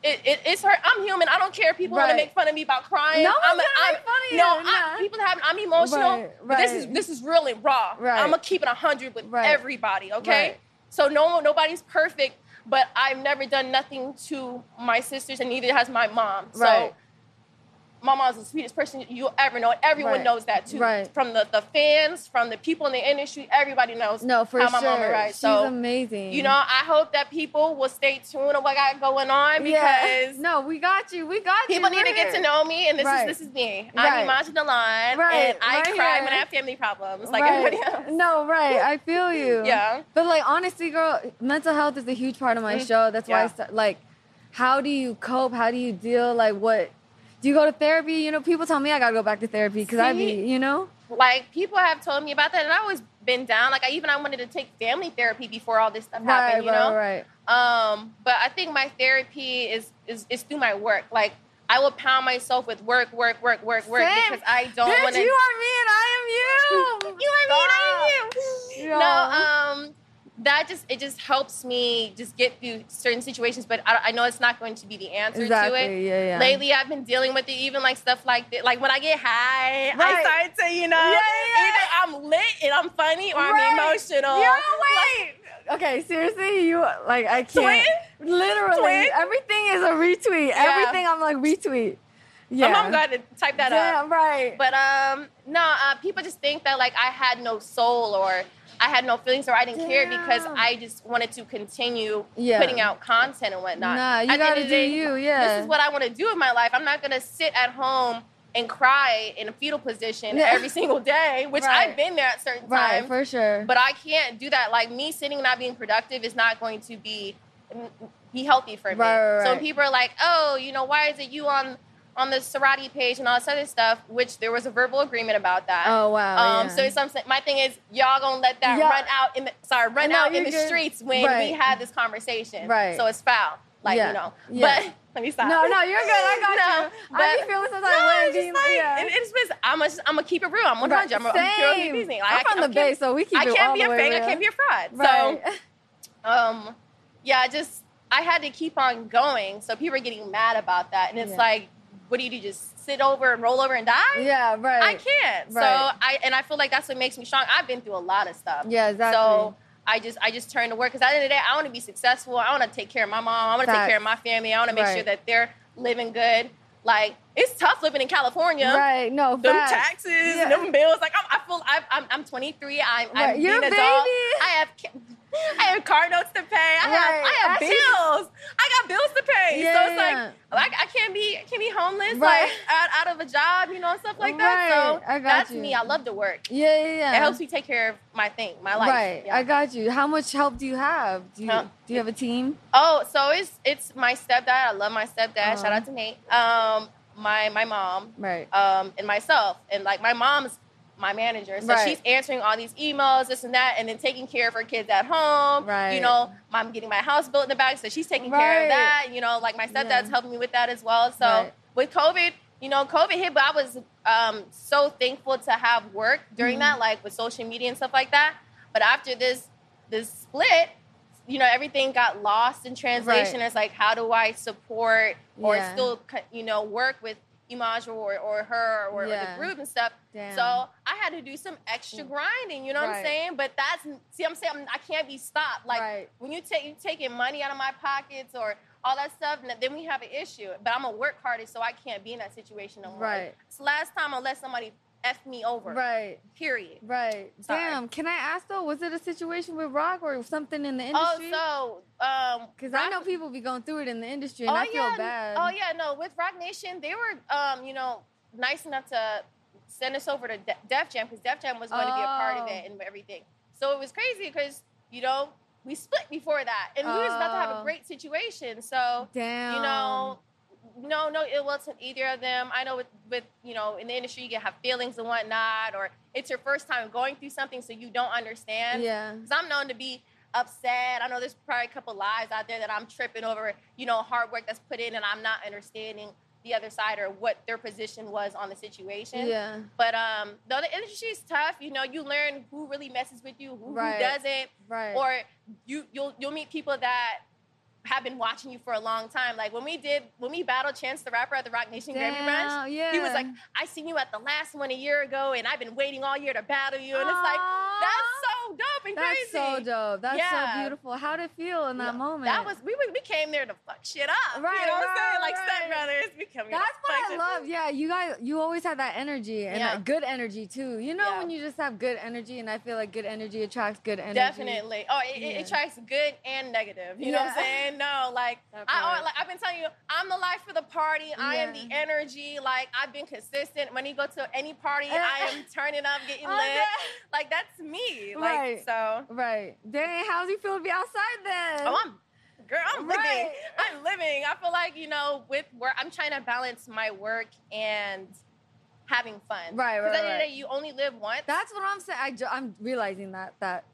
Speaker 3: It, it, it's her. I'm human. I don't care. If people want
Speaker 2: Right.
Speaker 3: to make fun of me about crying.
Speaker 2: No one's
Speaker 3: I'm,
Speaker 2: gonna
Speaker 3: I'm
Speaker 2: make fun of you,
Speaker 3: No, I,
Speaker 2: yeah.
Speaker 3: people have. I'm emotional.
Speaker 2: Right,
Speaker 3: but This is
Speaker 2: right.
Speaker 3: this is real and raw.
Speaker 2: Right.
Speaker 3: I'm gonna keep it hundred with
Speaker 2: Right.
Speaker 3: everybody. Okay.
Speaker 2: Right.
Speaker 3: So no one, nobody's perfect. But I've never done nothing to my sisters, and neither has my mom.
Speaker 2: Right.
Speaker 3: So my mom's the sweetest person you'll ever know. Everyone
Speaker 2: Right.
Speaker 3: knows that too.
Speaker 2: Right.
Speaker 3: From the, the fans, from the people in the industry, everybody knows
Speaker 2: No, for
Speaker 3: how
Speaker 2: sure.
Speaker 3: my mama rides.
Speaker 2: She's
Speaker 3: so
Speaker 2: amazing.
Speaker 3: You know, I hope that people will stay tuned to what got going on
Speaker 2: Yeah.
Speaker 3: because
Speaker 2: no, we got you. We got you.
Speaker 3: people need
Speaker 2: We're
Speaker 3: to get to
Speaker 2: here.
Speaker 3: know me and this
Speaker 2: Right.
Speaker 3: is this is me.
Speaker 2: Right.
Speaker 3: I'm Imagine Alon
Speaker 2: Right,
Speaker 3: and I
Speaker 2: right
Speaker 3: cry
Speaker 2: here.
Speaker 3: when I have family problems like
Speaker 2: right.
Speaker 3: everybody else.
Speaker 2: No, right. I feel you.
Speaker 3: Yeah. Mm-hmm.
Speaker 2: But like honestly, girl, mental health is a huge part of my show. That's why I
Speaker 3: Yeah.
Speaker 2: start, like how do you cope? How do you deal? Like what do you go to therapy? You know, people tell me I gotta go back to therapy because I be,
Speaker 3: See?
Speaker 2: you know?
Speaker 3: Like people have told me about that and I always been down. Like I even I wanted to take family therapy before all this stuff happened, you
Speaker 2: right,
Speaker 3: know?
Speaker 2: right.
Speaker 3: Um, but I think my therapy is is is through my work. Like I will pound myself with work, work, work, work, work
Speaker 2: Same.
Speaker 3: because I don't
Speaker 2: Bitch,
Speaker 3: want to.
Speaker 2: you are me and I am you.
Speaker 3: You are me, and I am you.
Speaker 2: Yeah.
Speaker 3: No, um, that just it just helps me just get through certain situations. But I, I know it's not going to be the answer
Speaker 2: Exactly,
Speaker 3: to it.
Speaker 2: yeah, yeah.
Speaker 3: Lately, I've been dealing with it, even like stuff like that. Like when I get high,
Speaker 2: Right.
Speaker 3: I start to you know
Speaker 2: Yeah, yeah.
Speaker 3: either I'm lit and I'm funny or
Speaker 2: Right.
Speaker 3: I'm emotional.
Speaker 2: Yeah, wait. okay, seriously, you like I can't. Literally,
Speaker 3: Twin?
Speaker 2: everything is a retweet.
Speaker 3: Yeah.
Speaker 2: Everything I'm like retweet. Yeah,
Speaker 3: My mom got to type that up.
Speaker 2: Damn, right.
Speaker 3: But um, no, uh, people just think that like I had no soul or I had no feelings or I didn't care because
Speaker 2: Damn.
Speaker 3: I just wanted to continue
Speaker 2: Yeah.
Speaker 3: putting out content and whatnot.
Speaker 2: Nah, you
Speaker 3: At the end
Speaker 2: gotta
Speaker 3: of the
Speaker 2: do you, yeah.
Speaker 3: this is what I want to do in my life. I'm not gonna sit at home and cry in a fetal position
Speaker 2: Yeah.
Speaker 3: every single day, which
Speaker 2: Right.
Speaker 3: I've been there at certain
Speaker 2: right,
Speaker 3: times.
Speaker 2: for sure.
Speaker 3: But I can't do that. Like me sitting and not being productive is not going to be be healthy for me.
Speaker 2: Right, right,
Speaker 3: So
Speaker 2: right.
Speaker 3: when people are like, "Oh, you know, why is it you on on the Cerati page and all this other stuff?" Which there was a verbal agreement about that.
Speaker 2: Oh, wow,
Speaker 3: Um,
Speaker 2: yeah.
Speaker 3: So it's, I'm saying- my thing is, y'all gonna let that
Speaker 2: Yeah.
Speaker 3: run out in the sorry run
Speaker 2: No,
Speaker 3: out
Speaker 2: you're
Speaker 3: in the
Speaker 2: good.
Speaker 3: streets when
Speaker 2: Right.
Speaker 3: we had this conversation.
Speaker 2: Right.
Speaker 3: So it's foul. Like
Speaker 2: Yeah.
Speaker 3: you know.
Speaker 2: Yeah.
Speaker 3: But let me stop.
Speaker 2: no, no, you're good. I got
Speaker 3: No,
Speaker 2: you. I be
Speaker 3: but-
Speaker 2: feeling sometimes
Speaker 3: No,
Speaker 2: when
Speaker 3: it's
Speaker 2: being-
Speaker 3: just like
Speaker 2: yeah.
Speaker 3: it- it's just I'm gonna I'm gonna keep it real. I'm 100.
Speaker 2: Right,
Speaker 3: I'm, a- I'm pure
Speaker 2: same.
Speaker 3: Disney.
Speaker 2: I'm
Speaker 3: I
Speaker 2: from
Speaker 3: can't-
Speaker 2: the Bay, so we keep
Speaker 3: I
Speaker 2: it
Speaker 3: can't
Speaker 2: all
Speaker 3: be
Speaker 2: the
Speaker 3: a
Speaker 2: way
Speaker 3: fake.
Speaker 2: real.
Speaker 3: I can't be a fraud.
Speaker 2: right.
Speaker 3: So um yeah just i had to keep on going so people are getting mad about that and it's
Speaker 2: Yeah.
Speaker 3: like what do you do just sit over and roll over and die
Speaker 2: yeah, right.
Speaker 3: i can't so
Speaker 2: Right.
Speaker 3: i and i feel like that's what makes me strong i've been through a lot of stuff
Speaker 2: Yeah, exactly.
Speaker 3: so i just i just turn to work because at the end of the day i want to be successful i want to take care of my mom i want to take
Speaker 2: Facts.
Speaker 3: care of my family i want to make
Speaker 2: Right.
Speaker 3: sure that they're living good like it's tough living in california
Speaker 2: Right, no,
Speaker 3: them
Speaker 2: facts.
Speaker 3: taxes,
Speaker 2: Yeah.
Speaker 3: and them bills. Like I'm, I feel I'm, I'm, I'm 23. I'm,
Speaker 2: Right,
Speaker 3: I'm
Speaker 2: you're
Speaker 3: being
Speaker 2: a
Speaker 3: adult.
Speaker 2: baby.
Speaker 3: I have, ki- I have car notes to pay. I
Speaker 2: Right,
Speaker 3: have, I have
Speaker 2: I see.
Speaker 3: bills. I got bills to pay.
Speaker 2: Yeah,
Speaker 3: so it's
Speaker 2: yeah.
Speaker 3: like, like I can't be, I can't be homeless,
Speaker 2: Right.
Speaker 3: like out, out of a job, you know, and stuff like that.
Speaker 2: Right,
Speaker 3: So
Speaker 2: I got
Speaker 3: that's
Speaker 2: you.
Speaker 3: me. I love to work.
Speaker 2: Yeah, yeah, yeah.
Speaker 3: It helps me take care of my thing, my life.
Speaker 2: Right,
Speaker 3: Yeah.
Speaker 2: I got you. How much help do you have? Do you
Speaker 3: Huh?
Speaker 2: do you have a team?
Speaker 3: Oh, so it's it's my stepdad. I love my stepdad.
Speaker 2: Aw.
Speaker 3: Shout out to Nate. Um, my my mom.
Speaker 2: Right.
Speaker 3: Um, and myself, and like my mom's my manager, so
Speaker 2: Right.
Speaker 3: she's answering all these emails, this and that, and then taking care of her kids at home.
Speaker 2: Right.
Speaker 3: You know, I'm getting my house built in the back, so she's taking care
Speaker 2: Right.
Speaker 3: of that. You know, like my stepdad's
Speaker 2: Yeah.
Speaker 3: helping me with that as well. So
Speaker 2: Right.
Speaker 3: with COVID. You know, COVID hit, but I was um, so thankful to have work during
Speaker 2: Mm-hmm.
Speaker 3: that, like with social media and stuff like that. But after this, this split, you know everything got lost in translation
Speaker 2: Right.
Speaker 3: it's like how do i support or
Speaker 2: Yeah.
Speaker 3: still co- you know work with imaj or, or her or, or
Speaker 2: Yeah.
Speaker 3: the group and stuff
Speaker 2: Damn.
Speaker 3: so i had to do some extra grinding you know what
Speaker 2: Right.
Speaker 3: i'm saying but that's see i'm saying I'm, i can't be stopped like
Speaker 2: Right.
Speaker 3: when you take you taking money out of my pockets or all that stuff n- then we have an issue but i'm a work harder so i can't be in that situation no more
Speaker 2: Right.
Speaker 3: it's the last time i let somebody f me over
Speaker 2: Right.
Speaker 3: period
Speaker 2: Right.
Speaker 3: Sorry.
Speaker 2: Damn. Can I ask though? Was it a situation with rock or something in the industry?
Speaker 3: oh so um
Speaker 2: Because I know people be going through it in the industry, and I feel
Speaker 3: yeah. n-
Speaker 2: bad.
Speaker 3: Oh yeah, no, with Rock Nation, they were um, you know, nice enough to send us over to De- Def Jam because Def Jam was going to be a part of
Speaker 2: Oh.
Speaker 3: it and everything. So it was crazy because you know we split before that, and we was about to have
Speaker 2: Oh.
Speaker 3: a great situation. So
Speaker 2: Damn.
Speaker 3: you know. No, no ill will to either of them. I know with, with you know in the industry you can have feelings and whatnot, or it's your first time going through something, so you don't understand.
Speaker 2: Yeah.
Speaker 3: Because I'm known to be upset. I know there's probably a couple lies out there that I'm tripping over, you know, hard work that's put in and I'm not understanding the other side or what their position was on the situation.
Speaker 2: Yeah.
Speaker 3: But um though the industry is tough, you know, you learn who really messes with you, who,
Speaker 2: Right.
Speaker 3: who doesn't.
Speaker 2: Right.
Speaker 3: Or you you'll you'll meet people that have been watching you for a long time. Like when we did, when we battled Chance the Rapper at the Rock Nation Grammy
Speaker 2: Damn,
Speaker 3: Brunch,
Speaker 2: yeah.
Speaker 3: he was like, I seen you at the last one a year ago and I've been waiting all year to battle you. And it's like,
Speaker 2: Aw.
Speaker 3: that's so dope and
Speaker 2: That's
Speaker 3: crazy.
Speaker 2: so dope. That's so
Speaker 3: Yeah.
Speaker 2: beautiful. How did it feel in that moment?
Speaker 3: That was we we came there to fuck shit up.
Speaker 2: Right,
Speaker 3: you know what I'm
Speaker 2: right,
Speaker 3: saying? Like
Speaker 2: right.
Speaker 3: Step Brothers, we come here. to
Speaker 2: That's
Speaker 3: fuck
Speaker 2: what I
Speaker 3: shit up.
Speaker 2: love. Yeah, you guys, you always have that energy and
Speaker 3: Yeah.
Speaker 2: that good energy too. You know
Speaker 3: Yeah.
Speaker 2: when you just have good energy, and I feel like good energy attracts good energy.
Speaker 3: Definitely. Oh, it, it-
Speaker 2: Yeah.
Speaker 3: it attracts good and negative. You know what I'm
Speaker 2: Yeah.
Speaker 3: saying? No, like
Speaker 2: That
Speaker 3: I
Speaker 2: part.
Speaker 3: al- like I've been telling you, I'm the life of the party. I am
Speaker 2: Yeah.
Speaker 3: the energy. Like I've been consistent. When you go to any party, I am turning up, getting
Speaker 2: Oh,
Speaker 3: lit.
Speaker 2: yeah.
Speaker 3: Like that's me. Like
Speaker 2: Right.
Speaker 3: so.
Speaker 2: Right. Dang, how's it feel to be outside then?
Speaker 3: Oh, I'm girl. I'm living.
Speaker 2: Right.
Speaker 3: I'm living. I feel like you know, with where I'm trying to balance my work and having fun.
Speaker 2: Right, right,
Speaker 3: Because at the end
Speaker 2: right.
Speaker 3: of the day, you only live once.
Speaker 2: That's what I'm saying. I ju- I'm realizing that that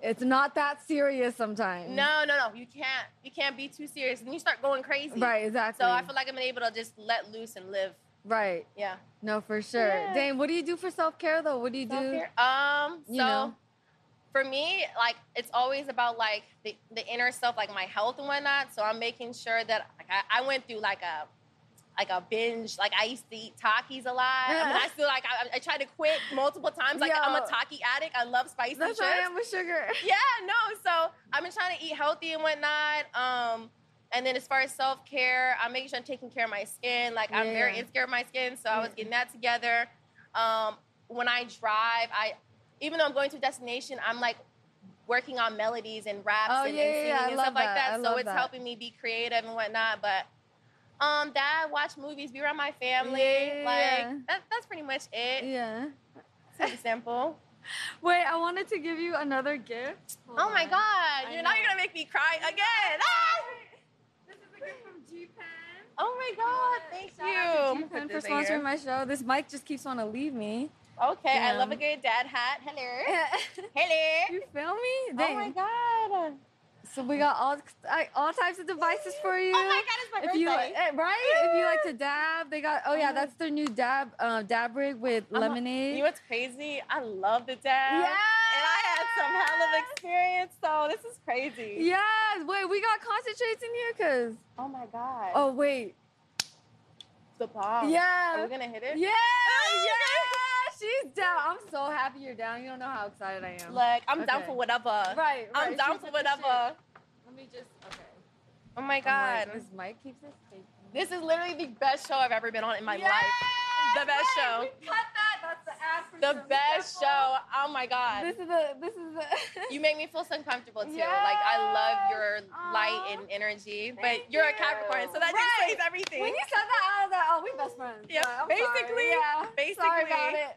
Speaker 2: it's not that serious sometimes.
Speaker 3: no, no, no. You can't. You can't be too serious, and you start going crazy.
Speaker 2: Right. Exactly.
Speaker 3: So I feel like I'm able to just let loose and live.
Speaker 2: Right.
Speaker 3: Yeah.
Speaker 2: No, for sure.
Speaker 3: Yeah.
Speaker 2: Dang, what do you do for self care though? What do you do?
Speaker 3: Um. So
Speaker 2: You know.
Speaker 3: for me, like it's always about like the, the inner self, like my health and whatnot. So I'm making sure that like, I, I went through like a like a binge. Like I used to eat Takis a lot. I mean, I still like I, I tried to quit multiple times. Like I'm a
Speaker 2: Yo.
Speaker 3: Taki addict. I love spicy
Speaker 2: That's
Speaker 3: chips.
Speaker 2: what I am with sugar.
Speaker 3: yeah, no. So I've been trying to eat healthy and whatnot. Um, and then as far as self care, I'm making sure I'm taking care of my skin. Like I'm
Speaker 2: Yeah, Mm-hmm.
Speaker 3: very
Speaker 2: yeah.
Speaker 3: insecure of my skin, so I was getting that together. Um, when I drive, I even though I'm going to a destination, I'm like working on melodies and raps
Speaker 2: Oh,
Speaker 3: and,
Speaker 2: yeah,
Speaker 3: and
Speaker 2: yeah,
Speaker 3: singing
Speaker 2: yeah. I
Speaker 3: and
Speaker 2: love
Speaker 3: stuff like
Speaker 2: that.
Speaker 3: that.
Speaker 2: I
Speaker 3: so
Speaker 2: love
Speaker 3: it's
Speaker 2: that.
Speaker 3: helping me be creative and whatnot. But um, that watch movies, be around my family.
Speaker 2: Yeah, yeah,
Speaker 3: like
Speaker 2: yeah.
Speaker 3: That, that's pretty much it.
Speaker 2: Yeah.
Speaker 3: Super simple.
Speaker 2: Wait, I wanted to give you another gift. Hold
Speaker 3: Oh my
Speaker 2: on.
Speaker 3: God! You're now
Speaker 2: know.
Speaker 3: you're gonna make me cry again. Ah!
Speaker 2: This is a gift from G Pen.
Speaker 3: Oh my God! Thank
Speaker 2: Shout out to
Speaker 3: you.
Speaker 2: G Pen for sponsoring my show. This mic just keeps want to leave me.
Speaker 3: Okay, I
Speaker 2: Yeah.
Speaker 3: love a good dad hat. Hello.
Speaker 2: you
Speaker 3: Hello.
Speaker 2: feel
Speaker 3: Oh
Speaker 2: me?
Speaker 3: my
Speaker 2: Dang.
Speaker 3: God.
Speaker 2: So we got all I, all types of devices for you.
Speaker 3: Oh my God, it's my
Speaker 2: if you,
Speaker 3: birthday.
Speaker 2: eh, right? If you like to dab, they got. Oh yeah, that's their new dab uh, dab rig with
Speaker 3: I'm a-
Speaker 2: lemonade.
Speaker 3: You know what's crazy? I love the dad.
Speaker 2: Yes.
Speaker 3: And I had some hell of experience, so this is crazy.
Speaker 2: yes. Wait, we got concentrates in here, cause.
Speaker 3: Oh my God.
Speaker 2: Oh wait.
Speaker 3: the bomb.
Speaker 2: Yeah.
Speaker 3: Oh, Are we gonna hit it?
Speaker 2: Yeah.
Speaker 3: Oh,
Speaker 2: Yeah. She's down. I'm so happy you're down. You don't know how excited I am.
Speaker 3: Like I'm down
Speaker 2: Okay.
Speaker 3: for whatever.
Speaker 2: Right,
Speaker 3: I'm
Speaker 2: right.
Speaker 3: down
Speaker 2: She's
Speaker 3: for
Speaker 2: like, shit.
Speaker 3: whatever.
Speaker 2: Let me just. Okay.
Speaker 3: Oh my
Speaker 2: I'm
Speaker 3: God.
Speaker 2: like, this mic keeps escaping.
Speaker 3: this is literally the best show I've ever been on in my life. The best show.
Speaker 2: We cut that. That's the ad for
Speaker 3: The
Speaker 2: Shirley
Speaker 3: best show.
Speaker 2: Temple.
Speaker 3: Oh my God.
Speaker 2: This is the. This is the.
Speaker 3: You make me feel so uncomfortable too.
Speaker 2: Yes.
Speaker 3: Like I love your
Speaker 2: Aw.
Speaker 3: light and energy,
Speaker 2: Thank
Speaker 3: but you're a
Speaker 2: you.
Speaker 3: Capricorn, so that
Speaker 2: Right.
Speaker 3: explains everything.
Speaker 2: when you said that, I was like, "Oh, we best friends."
Speaker 3: Yeah,
Speaker 2: Like, I'm
Speaker 3: basically,
Speaker 2: Sorry. Yeah. Sorry
Speaker 3: basically.
Speaker 2: about it.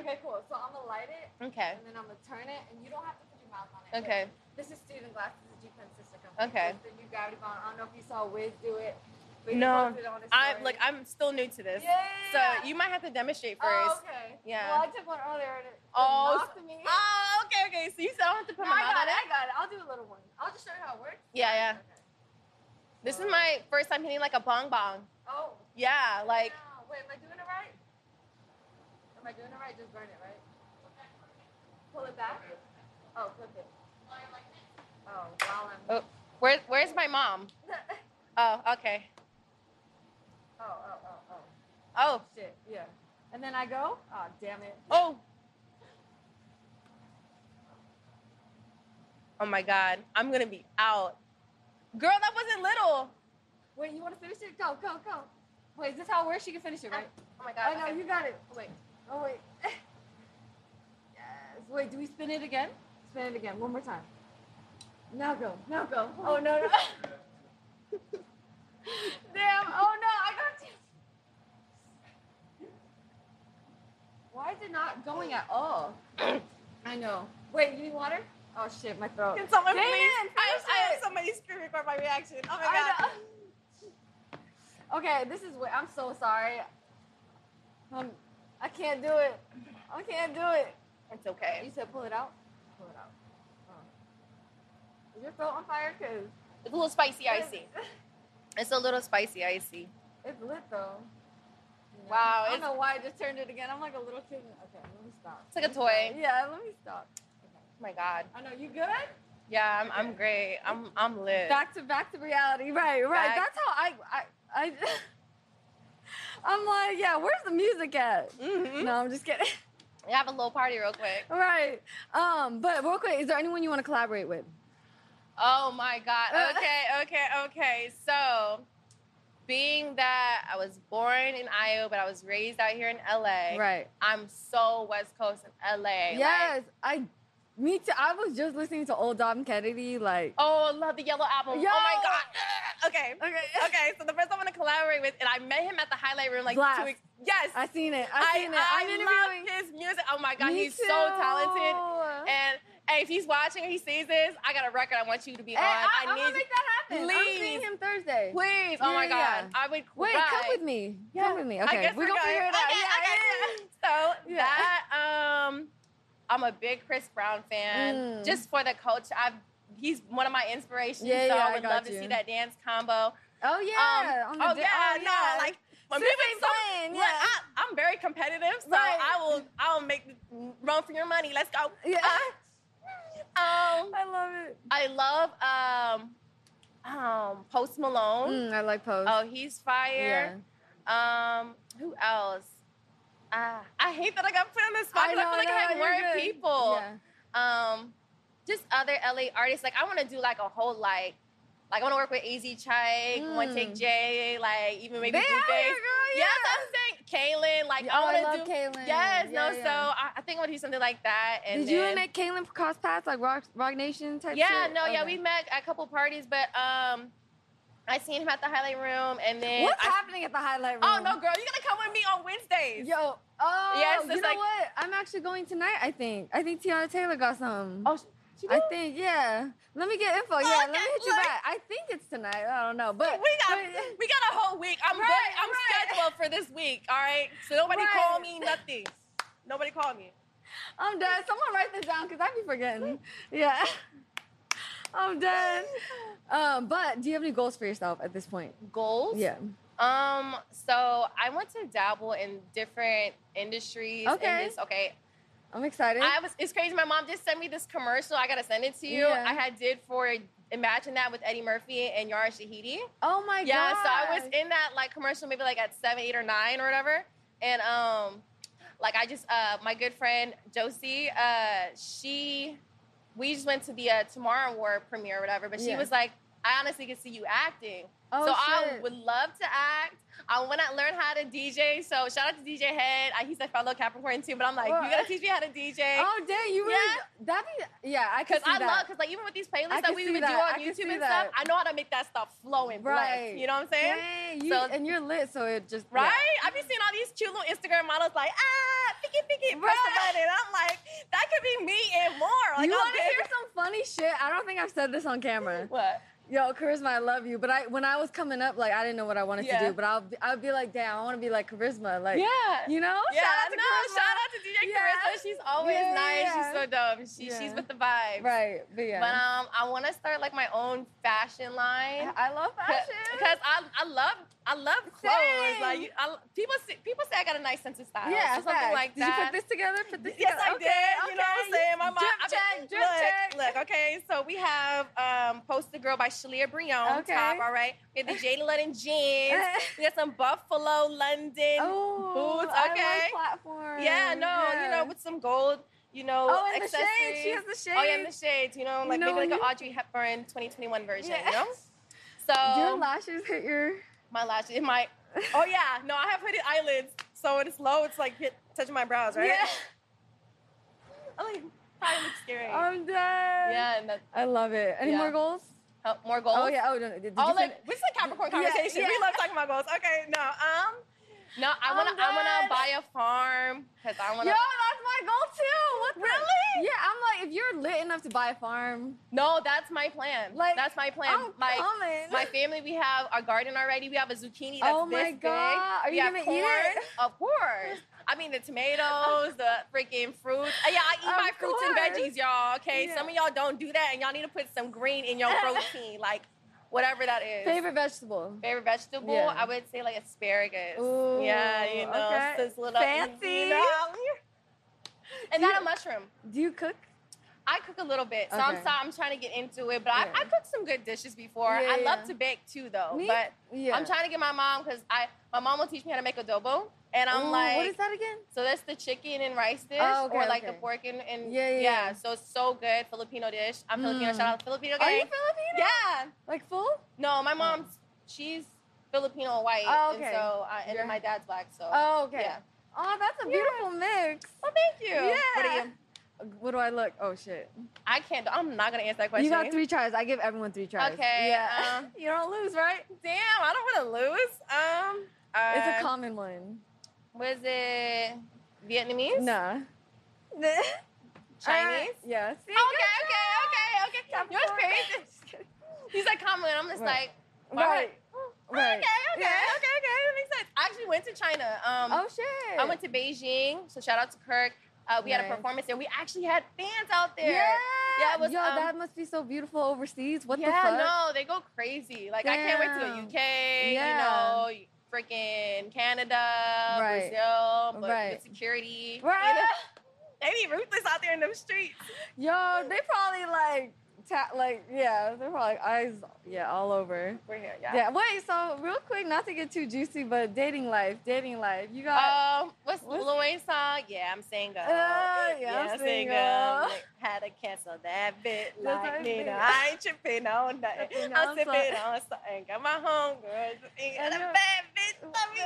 Speaker 2: Okay, cool. So I'm gonna light it,
Speaker 3: okay.
Speaker 2: and then I'm gonna turn it, and you don't have to put your mouth on it.
Speaker 3: Okay.
Speaker 2: This is Steven Glass. This is G Pen's sister company.
Speaker 3: Okay.
Speaker 2: It's The new gravity bond. I don't know if you saw Wiz do it. but he
Speaker 3: No,
Speaker 2: posted it on his
Speaker 3: I'm
Speaker 2: story.
Speaker 3: like I'm still new to this,
Speaker 2: Yeah.
Speaker 3: so you might have to demonstrate
Speaker 2: Oh,
Speaker 3: first.
Speaker 2: okay.
Speaker 3: Yeah.
Speaker 2: Well, I took one earlier and it, it
Speaker 3: Oh,
Speaker 2: knocked me.
Speaker 3: Oh, okay, okay. So you said I don't have to put
Speaker 2: No,
Speaker 3: my
Speaker 2: I
Speaker 3: mouth
Speaker 2: got
Speaker 3: on
Speaker 2: it.
Speaker 3: it.
Speaker 2: I got it. I'll do a little one. I'll just show you how it works.
Speaker 3: Yeah, yeah.
Speaker 2: Okay.
Speaker 3: This is my first time hitting like a bong bong.
Speaker 2: Oh.
Speaker 3: Yeah, like
Speaker 2: wow. Wait, am I doing it right? Am I doing it right? Just burn it, right? Pull it back. Oh, flip it. Oh, while I'm.
Speaker 3: oh, where, where's my mom? Oh, okay.
Speaker 2: oh, oh, oh, oh.
Speaker 3: Oh,
Speaker 2: Shit. Yeah. And then I go. Oh, damn it.
Speaker 3: oh. Oh my God, I'm gonna be out. Girl, that wasn't little.
Speaker 2: Wait, you want to finish it? Go, go, go. Wait, is this how it works? She can finish it, right?
Speaker 3: Oh my
Speaker 2: Oh
Speaker 3: God.
Speaker 2: no,
Speaker 3: okay.
Speaker 2: you got it. Wait. Oh wait. yes. Wait, do we spin it again? Spin it again. One more time. Now go. Now go. Oh no no. Damn. Oh no, I got you. Why is it not going at all? I know. Wait, you need water? Oh shit, my throat.
Speaker 3: Can someone
Speaker 2: Damn,
Speaker 3: please? I have,
Speaker 2: finish
Speaker 3: I have
Speaker 2: it.
Speaker 3: somebody screaming for my reaction. Oh my
Speaker 2: I
Speaker 3: god.
Speaker 2: know. Okay, this is what I'm so sorry. Um, I can't do it. I can't do it.
Speaker 3: It's okay.
Speaker 2: You said pull it out. Pull it out. Oh. Is your throat on fire? Cause
Speaker 3: It's a little spicy icy. It's a little spicy icy.
Speaker 2: It's lit though. You know?
Speaker 3: Wow,
Speaker 2: I don't
Speaker 3: it's-
Speaker 2: know why I just turned it again. I'm like a little kid. Okay, let me stop.
Speaker 3: It's like a toy.
Speaker 2: Yeah, let me stop.
Speaker 3: Oh my god.
Speaker 2: I know you good.
Speaker 3: Yeah, I'm, I'm great. I'm I'm lit.
Speaker 2: Back to back to reality. Right, right.
Speaker 3: Back-
Speaker 2: That's how I I I I'm like, yeah, where's the music at?
Speaker 3: Mm-hmm.
Speaker 2: No, I'm just kidding.
Speaker 3: Yeah, have a little party real quick.
Speaker 2: right. Um, but real quick, is there anyone you want to collaborate with?
Speaker 3: Oh my god. Okay, okay, okay. So, being that I was born in Iowa, but I was raised out here in LA.
Speaker 2: Right.
Speaker 3: I'm so West Coast in LA. Like,
Speaker 2: Yes, I me too. I was just listening to old Dom Kennedy, like
Speaker 3: oh, I love the Yellow Album.
Speaker 2: Yo!
Speaker 3: Oh my god. okay.
Speaker 2: Okay.
Speaker 3: Okay. So the person I want to collaborate with, and I met him at the Highlight Room like
Speaker 2: Blast.
Speaker 3: two weeks. Yes.
Speaker 2: I seen it. I
Speaker 3: I,
Speaker 2: seen it. I'm
Speaker 3: I,
Speaker 2: interviewing.
Speaker 3: love his music. Oh my god,
Speaker 2: Me
Speaker 3: he's
Speaker 2: too.
Speaker 3: so talented. And hey, if he's watching or he sees this, I got a record I want you to be on.
Speaker 2: Hey, Eh, I, am
Speaker 3: need
Speaker 2: gonna make that happen. I'm
Speaker 3: Please.
Speaker 2: seeing him Thursday.
Speaker 3: Please. Oh my
Speaker 2: Yeah,
Speaker 3: god.
Speaker 2: yeah.
Speaker 3: I would
Speaker 2: Wait,
Speaker 3: cry.
Speaker 2: come with me. Come with me.
Speaker 3: I
Speaker 2: Okay,
Speaker 3: guess Um,
Speaker 2: we're gonna
Speaker 3: going.
Speaker 2: figure it out.
Speaker 3: Okay,
Speaker 2: yeah,
Speaker 3: okay. So that um I'm a big Chris Brown fan.
Speaker 2: Mm.
Speaker 3: Just for the coach. I've he's one of my inspirations.
Speaker 2: Yeah,
Speaker 3: so
Speaker 2: yeah, I
Speaker 3: I would
Speaker 2: got
Speaker 3: love
Speaker 2: you.
Speaker 3: to see that dance combo.
Speaker 2: Oh yeah.
Speaker 3: Um,
Speaker 2: on the
Speaker 3: oh,
Speaker 2: di-
Speaker 3: yeah,
Speaker 2: oh,
Speaker 3: no,
Speaker 2: yeah.
Speaker 3: like when
Speaker 2: Since
Speaker 3: people
Speaker 2: they
Speaker 3: so,
Speaker 2: playing,
Speaker 3: look,
Speaker 2: yeah.
Speaker 3: I, I'm very competitive, so
Speaker 2: Right.
Speaker 3: I will I'll make the run for your money. Let's go.
Speaker 2: Yeah.
Speaker 3: Um,
Speaker 2: I love it.
Speaker 3: I love um um Post Malone.
Speaker 2: Mm, I like Post.
Speaker 3: Oh, he's fire. Um, who else? Ah, I hate that I got put on the spot
Speaker 2: I
Speaker 3: because I,
Speaker 2: know,
Speaker 3: feel like I
Speaker 2: no,
Speaker 3: have
Speaker 2: you're
Speaker 3: more
Speaker 2: good.
Speaker 3: people.
Speaker 2: Yeah.
Speaker 3: Um, just other LA artists. Like I want to do like a whole like. Like I want to work with AZ Chike, want to take Jay, like even maybe
Speaker 2: Mm. They out
Speaker 3: Blueface.
Speaker 2: here, girl,
Speaker 3: Yes,
Speaker 2: yeah.
Speaker 3: I'm saying Kaylin. Like
Speaker 2: Oh, I
Speaker 3: I
Speaker 2: love
Speaker 3: want to do
Speaker 2: Kaylin.
Speaker 3: Yes,
Speaker 2: Yeah,
Speaker 3: no.
Speaker 2: yeah.
Speaker 3: So I, I think I want to do something like that. And
Speaker 2: Did you
Speaker 3: then-
Speaker 2: and that Caitlyn cross paths like Rock, Rock Nation type?
Speaker 3: Yeah,
Speaker 2: shit?
Speaker 3: no, yeah,
Speaker 2: Okay.
Speaker 3: we met at a couple parties, but um, I seen him at the highlight room, and then
Speaker 2: What's
Speaker 3: I-
Speaker 2: happening at the highlight room?
Speaker 3: Oh no, girl, you gotta come with me on Wednesdays.
Speaker 2: Yo, oh,
Speaker 3: Yes,
Speaker 2: you
Speaker 3: it's
Speaker 2: know
Speaker 3: like-
Speaker 2: what? I'm actually going tonight. I think. I think Tiana Taylor got some.
Speaker 3: Oh, sh- she
Speaker 2: I
Speaker 3: did?
Speaker 2: think. Yeah. Let me get info. Yeah. let
Speaker 3: Okay,
Speaker 2: me hit you
Speaker 3: look.
Speaker 2: back. I think it's tonight. I don't know, but
Speaker 3: we got
Speaker 2: but-
Speaker 3: we got a whole week. I'm
Speaker 2: Right,
Speaker 3: booked- I'm
Speaker 2: right.
Speaker 3: scheduled for this week. All right, so nobody
Speaker 2: Right.
Speaker 3: call me nothing. Nobody call me.
Speaker 2: I'm done. Someone write this down because I be forgetting. Yeah. I'm done. Um, but do you have any goals for yourself at this point?
Speaker 3: Goals?
Speaker 2: Yeah.
Speaker 3: Um, so I want to dabble in different industries. and
Speaker 2: Okay.
Speaker 3: just- okay.
Speaker 2: I'm excited.
Speaker 3: I was. It's crazy. My mom just sent me this commercial. I gotta send it to you.
Speaker 2: Yeah.
Speaker 3: I had did for Imagine That with Eddie Murphy and Yara Shahidi.
Speaker 2: oh my
Speaker 3: Yeah,
Speaker 2: god.
Speaker 3: so I was in that like commercial maybe like at seven, eight, or nine or whatever. And um like I just uh my good friend Josie, uh she we just went to the uh, Tomorrow War premiere or whatever, but she
Speaker 2: Yeah.
Speaker 3: was like, I honestly could see you acting.
Speaker 2: Oh,
Speaker 3: so I
Speaker 2: shit.
Speaker 3: would love to act. I want to learn how to DJ. So shout out to DJ Head. I, he's a fellow Capricorn too, but I'm like,
Speaker 2: Well,
Speaker 3: you gotta teach me how to DJ.
Speaker 2: Oh dang, you really? That be yeah. I could
Speaker 3: Cause
Speaker 2: see
Speaker 3: I
Speaker 2: that.
Speaker 3: love, cause like even with these playlists
Speaker 2: I can
Speaker 3: that we
Speaker 2: see
Speaker 3: would
Speaker 2: that. I
Speaker 3: do
Speaker 2: can
Speaker 3: on YouTube
Speaker 2: see
Speaker 3: and
Speaker 2: that.
Speaker 3: stuff, I know how to make that stuff flow and
Speaker 2: right.
Speaker 3: blend. You know what I'm saying?
Speaker 2: Dang, you,
Speaker 3: So-
Speaker 2: and your lit, so it just yeah.
Speaker 3: Right? I've been seeing all these cute little Instagram models like, ah, picky, picky, press the
Speaker 2: Right.
Speaker 3: button. And I'm like, that could be me and more. Like,
Speaker 2: you
Speaker 3: I'm
Speaker 2: want to
Speaker 3: big.
Speaker 2: hear some funny shit? I don't think I've said this on camera.
Speaker 3: What?
Speaker 2: Yo, charisma, I love you, but I when I was coming up, like I didn't know what I wanted to
Speaker 3: Yeah.
Speaker 2: do, but I'll be- I'll be like, damn, I want to be like charisma, like
Speaker 3: Yeah.
Speaker 2: you know.
Speaker 3: Yeah,
Speaker 2: shout out to
Speaker 3: no,
Speaker 2: charisma.
Speaker 3: shout out to DJ
Speaker 2: Yeah.
Speaker 3: Carissa. She's always
Speaker 2: Yeah,
Speaker 3: nice.
Speaker 2: yeah.
Speaker 3: She's so dumb. She,
Speaker 2: Yeah.
Speaker 3: She's with the vibe.
Speaker 2: Right, but yeah,
Speaker 3: But um, I want to start like my own fashion line.
Speaker 2: I love fashion.
Speaker 3: Because I, I love I love clothes.
Speaker 2: Same.
Speaker 3: Like I, people say, people say I got a nice sense of style.
Speaker 2: yeah,
Speaker 3: so something
Speaker 2: facts.
Speaker 3: like
Speaker 2: did
Speaker 3: that.
Speaker 2: you put this together? Put this
Speaker 3: Yes,
Speaker 2: together.
Speaker 3: I
Speaker 2: okay,
Speaker 3: did. You know
Speaker 2: okay.
Speaker 3: what I'm saying? My mom.
Speaker 2: Drip
Speaker 3: I
Speaker 2: check,
Speaker 3: mean,
Speaker 2: drip
Speaker 3: look,
Speaker 2: check.
Speaker 3: Look, okay. So we have um, Post the Girl by Shalia Brion
Speaker 2: Okay.
Speaker 3: top. All right. We have the Jada London jeans. we got some Buffalo London
Speaker 2: Oh,
Speaker 3: boots.
Speaker 2: I
Speaker 3: Okay.
Speaker 2: love platform.
Speaker 3: yeah. No. You know, with some gold. You know,
Speaker 2: Oh, and the
Speaker 3: accessories.
Speaker 2: shades. She has the
Speaker 3: Oh yeah, and the
Speaker 2: shades.
Speaker 3: shades. You know, like
Speaker 2: know,
Speaker 3: maybe like
Speaker 2: you-
Speaker 3: an Audrey Hepburn 2021 version.
Speaker 2: Yeah.
Speaker 3: You know. Um, So
Speaker 2: your lashes hit your.
Speaker 3: my lashes. It might. Oh yeah. No, I have hooded eyelids. So when it's low, it's like hit, touching my brows, right?
Speaker 2: Yeah,
Speaker 3: I'm like, probably looks scary.
Speaker 2: I'm done.
Speaker 3: Oh, yeah, and that's
Speaker 2: I love it. Any
Speaker 3: Yeah.
Speaker 2: more goals?
Speaker 3: Help, more goals.
Speaker 2: Oh yeah. Oh no. no, Did
Speaker 3: Oh,
Speaker 2: you fin-
Speaker 3: like this is a Capricorn
Speaker 2: Yeah,
Speaker 3: conversation.
Speaker 2: yeah.
Speaker 3: We love talking about goals. Okay, no, um, no, I
Speaker 2: I'm
Speaker 3: wanna, I
Speaker 2: done.
Speaker 3: wanna buy a farm because I wanna.
Speaker 2: Yo, that's my goal too. What the-
Speaker 3: Really?
Speaker 2: Yeah, I'm like, if you're lit enough to buy a farm,
Speaker 3: No, that's my plan.
Speaker 2: Like, oh,
Speaker 3: that's my plan.
Speaker 2: I'm
Speaker 3: my
Speaker 2: coming.
Speaker 3: my family, we have our garden already. We have a zucchini. That's
Speaker 2: Oh my
Speaker 3: this big.
Speaker 2: God. Are
Speaker 3: we
Speaker 2: you
Speaker 3: have
Speaker 2: gonna
Speaker 3: corn.
Speaker 2: eat it?
Speaker 3: Of course. I mean the tomatoes, the freaking fruit. Uh, Yeah, I eat
Speaker 2: Of
Speaker 3: my fruits and
Speaker 2: course.
Speaker 3: veggies, y'all. Okay,
Speaker 2: Yeah.
Speaker 3: some of y'all don't do that, and y'all need to put some green in your protein, like whatever that is.
Speaker 2: favorite vegetable.
Speaker 3: Favorite vegetable?
Speaker 2: Yeah.
Speaker 3: I would say like asparagus.
Speaker 2: Ooh,
Speaker 3: yeah, you know,
Speaker 2: okay.
Speaker 3: sizzle it up.
Speaker 2: Fancy.
Speaker 3: You know? And
Speaker 2: Do
Speaker 3: not
Speaker 2: you-
Speaker 3: a mushroom.
Speaker 2: Do you cook?
Speaker 3: I cook a little bit, so I'm
Speaker 2: Okay.
Speaker 3: so I'm trying to get into it. But
Speaker 2: Yeah.
Speaker 3: I, I cooked some good dishes before.
Speaker 2: Yeah,
Speaker 3: I love
Speaker 2: yeah.
Speaker 3: to bake too, though.
Speaker 2: Me-
Speaker 3: But
Speaker 2: yeah.
Speaker 3: I'm trying to get my mom because I my mom will teach me how to make adobo, and I'm
Speaker 2: Ooh,
Speaker 3: like,
Speaker 2: what is that again?
Speaker 3: So that's the chicken and rice dish,
Speaker 2: Oh, okay,
Speaker 3: or like
Speaker 2: okay.
Speaker 3: the pork and, and
Speaker 2: Yeah, yeah, yeah. Mm.
Speaker 3: So it's so good Filipino dish. I'm Filipino. Shout out Filipino.
Speaker 2: Are you
Speaker 3: gang.
Speaker 2: Filipino?
Speaker 3: Yeah.
Speaker 2: Like full?
Speaker 3: No, my mom's she's Filipino white,
Speaker 2: Oh, okay.
Speaker 3: and so uh, and
Speaker 2: Yeah.
Speaker 3: then my dad's black. So
Speaker 2: Oh, okay.
Speaker 3: Yeah.
Speaker 2: Oh, that's a beautiful mix.
Speaker 3: Well, thank you. What are
Speaker 2: Yeah.
Speaker 3: you-
Speaker 2: What do I look? Oh shit.
Speaker 3: I can't. I'm not gonna answer that question.
Speaker 2: You got three tries. I give everyone three tries.
Speaker 3: Okay,
Speaker 2: Yeah.
Speaker 3: um,
Speaker 2: you don't lose, right?
Speaker 3: Damn, I don't want to lose. Um, uh,
Speaker 2: It's a common one.
Speaker 3: Was it Vietnamese?
Speaker 2: Nah.
Speaker 3: Chinese.
Speaker 2: Uh, yes.
Speaker 3: Okay, okay, okay, okay. Yours
Speaker 2: four.
Speaker 3: crazy. He's like common. I'm just
Speaker 2: Right.
Speaker 3: like, why-
Speaker 2: Right. Right.
Speaker 3: Okay, okay,
Speaker 2: Yeah.
Speaker 3: okay, okay. That makes sense. I actually went to China. Um,
Speaker 2: Oh shit.
Speaker 3: I went to Beijing. So shout out to Kirk. Uh, we had
Speaker 2: Nice.
Speaker 3: a performance there. We actually had fans out there.
Speaker 2: Yeah.
Speaker 3: yeah. It was,
Speaker 2: Yo,
Speaker 3: um,
Speaker 2: that must be so beautiful overseas. What
Speaker 3: yeah,
Speaker 2: the fuck?
Speaker 3: no, they go crazy. Like I can't wait to
Speaker 2: Damn.
Speaker 3: go UK.
Speaker 2: Yeah.
Speaker 3: You know, freaking Canada,
Speaker 2: Right.
Speaker 3: Brazil, but
Speaker 2: Right.
Speaker 3: good security.
Speaker 2: Right.
Speaker 3: You know? They be ruthless out there in them streets.
Speaker 2: Yo, they probably like ta- like yeah, they're probably eyes yeah, all over.
Speaker 3: We're here, yeah.
Speaker 2: Yeah, wait, so real quick, not to get too juicy, but dating life, dating life. You got
Speaker 3: Um, what's,
Speaker 2: What's-
Speaker 3: Lil Wayne's song? Yeah, I'm single.
Speaker 2: Oh, yeah, I'm single.
Speaker 3: Like, Had to cancel that bit
Speaker 2: That's
Speaker 3: like
Speaker 2: what
Speaker 3: me.
Speaker 2: I'm
Speaker 3: now.
Speaker 2: saying.
Speaker 3: I ain't tripping on nothing.
Speaker 2: Tripping on
Speaker 3: I'm sipping
Speaker 2: something.
Speaker 3: on something. Got my homegirls.
Speaker 2: And
Speaker 3: And a
Speaker 2: you're-
Speaker 3: bad bitch. Love me.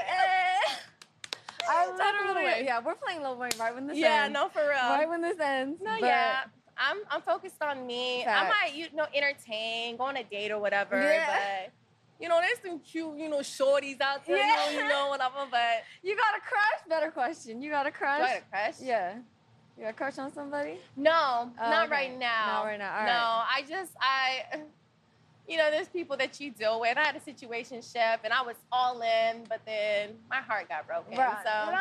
Speaker 2: I
Speaker 3: Shout
Speaker 2: love
Speaker 3: out
Speaker 2: Lil
Speaker 3: Lil
Speaker 2: Wayne.
Speaker 3: Wayne.
Speaker 2: Yeah, we're playing Lil Wayne right when this
Speaker 3: Yeah,
Speaker 2: ends.
Speaker 3: no, for real.
Speaker 2: Right when this ends.
Speaker 3: No,
Speaker 2: but-
Speaker 3: yeah. I'm I'm focused on me.
Speaker 2: Facts.
Speaker 3: I might, you know, entertain, go on a date or whatever.
Speaker 2: Yeah.
Speaker 3: But you know, there's some cute, you know, shorties out there,
Speaker 2: Yeah.
Speaker 3: you, know, you know, whatever. But
Speaker 2: You got a crush? Better question. You got a crush?
Speaker 3: do I have a crush?
Speaker 2: Yeah. You got a crush on somebody?
Speaker 3: No,
Speaker 2: Oh,
Speaker 3: not
Speaker 2: okay.
Speaker 3: right now.
Speaker 2: Not right now. All
Speaker 3: no,
Speaker 2: right.
Speaker 3: I just I, you know, there's people that you deal with. I had a situation ship and I was all in, but then my heart got broken.
Speaker 2: Right.
Speaker 3: So
Speaker 2: No,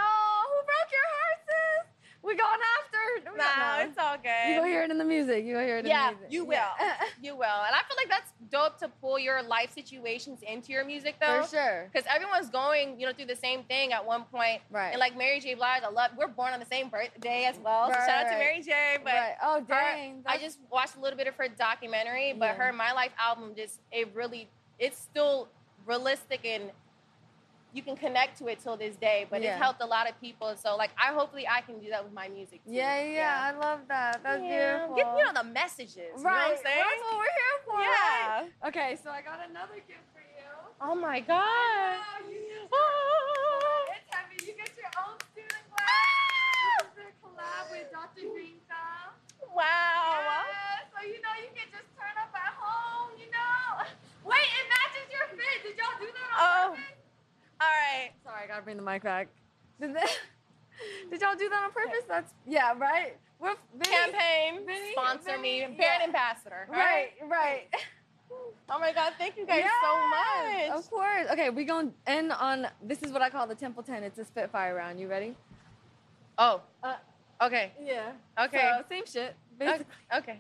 Speaker 2: who broke your heart, sis? We going after. we
Speaker 3: nah,
Speaker 2: got-
Speaker 3: it's all good.
Speaker 2: You go hear it in the music. You go hear it
Speaker 3: yeah,
Speaker 2: in the music.
Speaker 3: you will. you will. And I feel like that's dope to pull your life situations into your music though.
Speaker 2: For sure.
Speaker 3: Because everyone's going, you know, through the same thing at one point.
Speaker 2: Right.
Speaker 3: And like Mary J. Blige, I love we're born on the same birthday as well. so
Speaker 2: Right,
Speaker 3: shout out
Speaker 2: right.
Speaker 3: to Mary J. But
Speaker 2: Right. Oh,
Speaker 3: her-
Speaker 2: dang,
Speaker 3: I
Speaker 2: that's-
Speaker 3: just watched a little bit of her documentary, but
Speaker 2: Yeah.
Speaker 3: her My Life album just it really it's still realistic and you can connect to it till this day, but
Speaker 2: Yeah.
Speaker 3: it's helped a lot of people. So like I hopefully I can do that with my music too.
Speaker 2: Yeah, yeah, yeah, I love that. That's
Speaker 3: Yeah.
Speaker 2: beautiful.
Speaker 3: Get you know the messages. You
Speaker 2: right.
Speaker 3: know what I'm saying?
Speaker 2: That's what we're here for.
Speaker 3: Yeah.
Speaker 2: right? Okay, so I got another gift for you.
Speaker 3: Oh my god.
Speaker 2: Oh, you get your,
Speaker 3: Oh.
Speaker 2: it's heavy. You get your own student glass. This is a collab with Dr. Green Thumb.
Speaker 3: Wow.
Speaker 2: Yeah, so you know you can just turn up at home, you know. Wait, it matches your fit. Did y'all do that on
Speaker 3: Oh.
Speaker 2: purpose?
Speaker 3: All right.
Speaker 2: Sorry, I gotta bring the mic back. Did, that, did y'all do that on purpose? That's yeah, right. We're Vinny-
Speaker 3: Campaign
Speaker 2: Vinny-
Speaker 3: sponsor
Speaker 2: Vinny,
Speaker 3: me,
Speaker 2: yeah.
Speaker 3: brand ambassador. all
Speaker 2: Right, right.
Speaker 3: Oh my God! Thank you guys
Speaker 2: Yes,
Speaker 3: so much.
Speaker 2: Of course. Okay, we gonna end on this is what I call the Temple Ten. It's a spitfire round. You ready?
Speaker 3: Oh,
Speaker 2: Uh,
Speaker 3: okay.
Speaker 2: yeah.
Speaker 3: Okay.
Speaker 2: So, same shit.
Speaker 3: Okay.
Speaker 2: Basically.
Speaker 3: okay.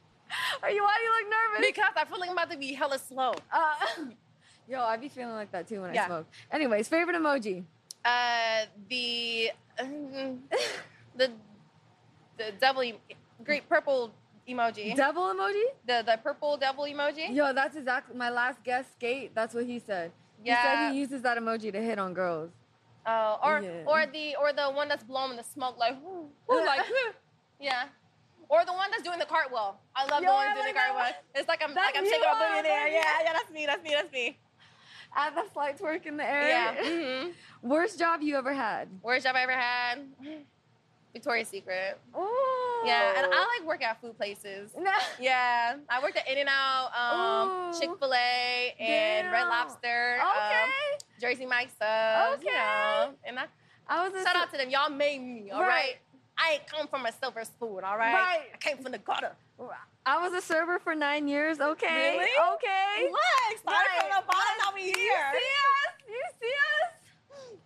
Speaker 2: Are you? Why do you look nervous?
Speaker 3: Because I feel like I'm about to be hella slow.
Speaker 2: uh, yo, I be feeling like that too when I
Speaker 3: Yeah.
Speaker 2: smoke. Anyways, favorite emoji.
Speaker 3: Uh, the um, the the double em- great purple emoji.
Speaker 2: Double emoji.
Speaker 3: the the purple double emoji.
Speaker 2: Yo, that's exactly my last guest, Skate. That's what he said. He
Speaker 3: Yeah.
Speaker 2: said he uses that emoji to hit on girls.
Speaker 3: Oh, or
Speaker 2: Yeah.
Speaker 3: or the or the one that's blowing the smoke like whoo, whoo, like whoo. yeah, or the one that's doing the cartwheel. I love
Speaker 2: Yo,
Speaker 3: the one
Speaker 2: I
Speaker 3: that's doing
Speaker 2: like that
Speaker 3: the cartwheel.
Speaker 2: one.
Speaker 3: It's like I'm
Speaker 2: That's
Speaker 3: like I'm
Speaker 2: you,
Speaker 3: shaking my booty
Speaker 2: I'm
Speaker 3: in the air.
Speaker 2: like,
Speaker 3: Yeah, yeah, that's me. That's me. That's me. Ah,
Speaker 2: Add the slight twerk in the air.
Speaker 3: Yeah. hmm
Speaker 2: Worst job you ever had.
Speaker 3: Worst job I ever had. Victoria's Secret.
Speaker 2: Ooh.
Speaker 3: Yeah, and I like work at food places. Yeah, I worked at In and Out,
Speaker 2: Ooh.
Speaker 3: um, Chick Fil A, and Red
Speaker 2: Damn.
Speaker 3: Lobster. um,
Speaker 2: okay.
Speaker 3: Jersey Mike's. Uh,
Speaker 2: Okay.
Speaker 3: You know, and I.
Speaker 2: I was a
Speaker 3: Shout out to them. Y'all made me, all
Speaker 2: Right.
Speaker 3: right? I ain't come from a silver spoon, all right?
Speaker 2: Right.
Speaker 3: I came from the gutter.
Speaker 2: I was a server for nine years. Okay.
Speaker 3: Really?
Speaker 2: Okay.
Speaker 3: Look, started from
Speaker 2: Right.
Speaker 3: the bottom, now we here.
Speaker 2: You see us? You see us?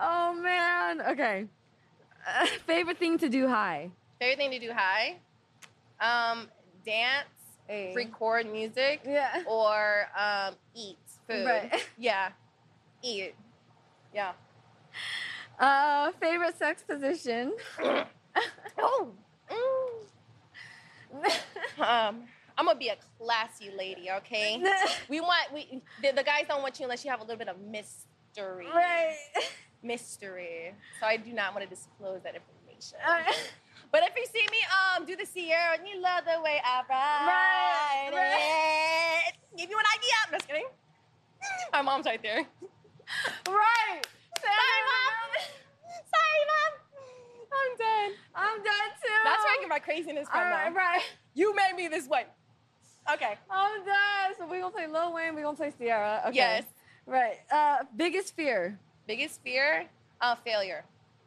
Speaker 2: Oh man. Okay. Uh, favorite thing to do high.
Speaker 3: Favorite thing to do high? Um, dance,
Speaker 2: Hey.
Speaker 3: record music,
Speaker 2: Yeah.
Speaker 3: or um, eat food.
Speaker 2: Right.
Speaker 3: Yeah, eat. Yeah.
Speaker 2: Uh, favorite sex position.
Speaker 3: Oh. Mm. um, I'm gonna be a classy lady, okay? we want we the, the guys don't want you unless you have a little bit of mystery,
Speaker 2: right.
Speaker 3: mystery. So I do not want to disclose that information.
Speaker 2: All right.
Speaker 3: But if you see me um do the Sierra and you love the way I ride
Speaker 2: Right,
Speaker 3: it, give you an idea. I'm just kidding. My mom's right there.
Speaker 2: Right.
Speaker 3: Sorry, mom. Sorry, mom. I'm done.
Speaker 2: I'm done too.
Speaker 3: That's where I get my craziness from.
Speaker 2: All right,
Speaker 3: now.
Speaker 2: right.
Speaker 3: You made me this way. Okay.
Speaker 2: I'm done. So we're gonna play Lil Wayne, we're gonna play Sierra. Okay.
Speaker 3: Yes.
Speaker 2: Right. Uh biggest fear.
Speaker 3: Biggest fear? Uh, failure.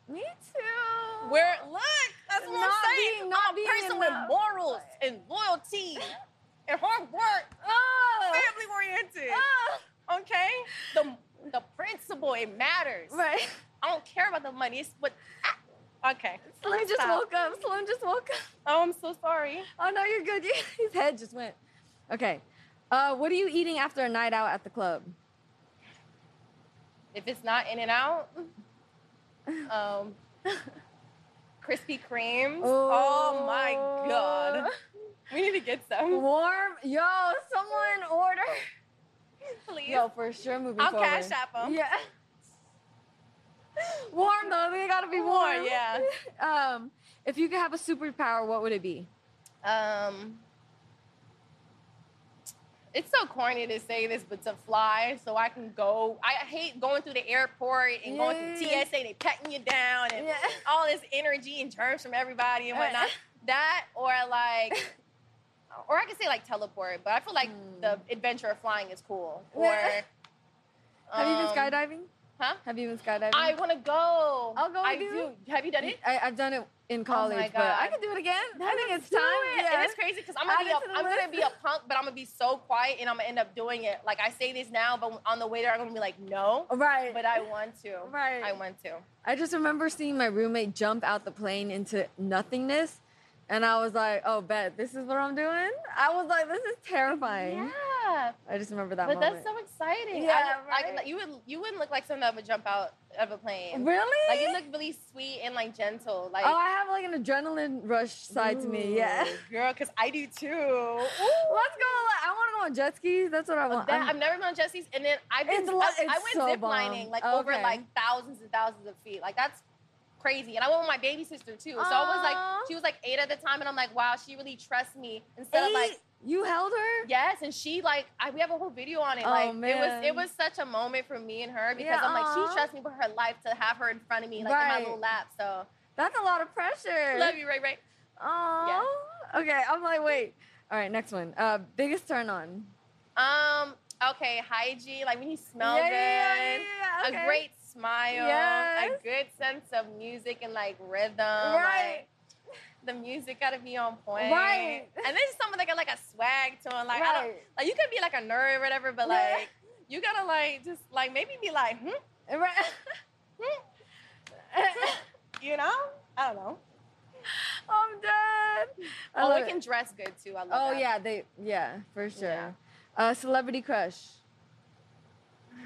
Speaker 2: Me too.
Speaker 3: Where look, that's what
Speaker 2: Not
Speaker 3: I'm saying.
Speaker 2: being- not
Speaker 3: I'm a
Speaker 2: being
Speaker 3: person
Speaker 2: in
Speaker 3: with
Speaker 2: love.
Speaker 3: morals and loyalty and hard work,
Speaker 2: oh.
Speaker 3: family oriented.
Speaker 2: oh.
Speaker 3: Okay, the the principle it matters.
Speaker 2: Right.
Speaker 3: I don't care about the money. It's what. Ah, okay.
Speaker 2: Sloan just
Speaker 3: Stop.
Speaker 2: woke up. Sloan just woke up.
Speaker 3: Oh, I'm so sorry.
Speaker 2: Oh no, you're good. His head just went. Okay. Uh, what are you eating after a night out at the club?
Speaker 3: If it's not In and Out, um, Krispy Kreme. Oh my god. We need to get some.
Speaker 2: Warm, yo, someone order.
Speaker 3: Please.
Speaker 2: Yo, for sure, moving
Speaker 3: I'll
Speaker 2: forward.
Speaker 3: Cash App 'em.
Speaker 2: Yeah. Warm though, they gotta be warm.
Speaker 3: Warm, yeah.
Speaker 2: um, if you could have a superpower, what would it be?
Speaker 3: Um, it's so corny to say this, but to fly, so I can go. I hate going through the airport and going through
Speaker 2: Yeah.
Speaker 3: TSA. They patting you down and
Speaker 2: Yeah. Uh,
Speaker 3: all this energy and germs from everybody and whatnot.
Speaker 2: Right.
Speaker 3: that or like, or I could say like teleport, but I feel like
Speaker 2: Hmm.
Speaker 3: the adventure of flying is cool. Or
Speaker 2: Yeah. Have you been
Speaker 3: um,
Speaker 2: skydiving?
Speaker 3: Huh?
Speaker 2: Have you been skydiving?
Speaker 3: I want to go.
Speaker 2: I'll go
Speaker 3: I
Speaker 2: with you.
Speaker 3: do. Have you done it? Oh
Speaker 2: I, have done it in college, but
Speaker 3: God.
Speaker 2: I could do it again. I think it's
Speaker 3: do
Speaker 2: time.
Speaker 3: it.
Speaker 2: Yeah.
Speaker 3: And it's crazy because I'm gonna
Speaker 2: Add
Speaker 3: be
Speaker 2: it
Speaker 3: a,
Speaker 2: to the
Speaker 3: I'm gonna
Speaker 2: list.
Speaker 3: be a punk, but I'm gonna be so quiet and I'm gonna end up doing it. Like I say this now, but on the way there, I'm gonna be like, no.
Speaker 2: Oh, Right.
Speaker 3: But I want to.
Speaker 2: Right.
Speaker 3: I want to.
Speaker 2: I just remember seeing my roommate jump out the plane into nothingness. And I was like, oh, bet, this is what I'm doing? I was like, this is terrifying.
Speaker 3: Yeah.
Speaker 2: I just remember that
Speaker 3: But
Speaker 2: moment.
Speaker 3: that's so exciting.
Speaker 2: Yeah,
Speaker 3: I, would- I could-
Speaker 2: right.
Speaker 3: you would you wouldn't look like someone that would jump out of a plane.
Speaker 2: Really?
Speaker 3: Like you look really sweet and like gentle. Like
Speaker 2: oh, I have like an adrenaline rush side to me. Yeah.
Speaker 3: Ooh, girl, because I do too. Ooh.
Speaker 2: Let's go. like, I want to go on jet skis. That's what I want.
Speaker 3: That,
Speaker 2: I'm-
Speaker 3: I've never been on jet skis, and then I've been,
Speaker 2: It's
Speaker 3: I,
Speaker 2: lo-
Speaker 3: I
Speaker 2: it's
Speaker 3: went
Speaker 2: so
Speaker 3: zip
Speaker 2: bomb.
Speaker 3: lining like over
Speaker 2: Okay.
Speaker 3: like thousands and thousands of feet. Like that's crazy. And I went with my baby sister too, so I was
Speaker 2: Aw.
Speaker 3: like, she was like eight at the time, and I'm like, wow, she really trusts me. Instead of
Speaker 2: Eight?
Speaker 3: like,
Speaker 2: you held her?
Speaker 3: yes, and she like, I, we have a whole video on it.
Speaker 2: Oh,
Speaker 3: like
Speaker 2: man.
Speaker 3: it was it was such a moment for me and her because
Speaker 2: Yeah,
Speaker 3: I'm like,
Speaker 2: aw.
Speaker 3: she trusts me with her life to have her in front of me, like in my
Speaker 2: Right.
Speaker 3: little lap. So
Speaker 2: That's a lot of pressure.
Speaker 3: love you, right, right.
Speaker 2: Oh. Okay. I'm like, wait. All right, next one. Uh, biggest turn on.
Speaker 3: Um, okay, hygiene, like when you smell
Speaker 2: Yeah,
Speaker 3: good,
Speaker 2: yeah, yeah, yeah, yeah, okay.
Speaker 3: a great smile,
Speaker 2: Yes.
Speaker 3: a good sense of music and like rhythm.
Speaker 2: Right.
Speaker 3: like, the music gotta be on point.
Speaker 2: Right.
Speaker 3: And there's someone that got like a swag to it. Like I don't
Speaker 2: Right.
Speaker 3: like you could be like a nerd or whatever, but
Speaker 2: Yeah.
Speaker 3: like you gotta like just like maybe be like, hmm,
Speaker 2: Right.
Speaker 3: hmm, you know? I don't know.
Speaker 2: I'm done. I
Speaker 3: oh,
Speaker 2: love
Speaker 3: we
Speaker 2: it.
Speaker 3: can dress good too. I love
Speaker 2: Oh
Speaker 3: that.
Speaker 2: yeah, they yeah for sure.
Speaker 3: Yeah.
Speaker 2: Uh, celebrity crush.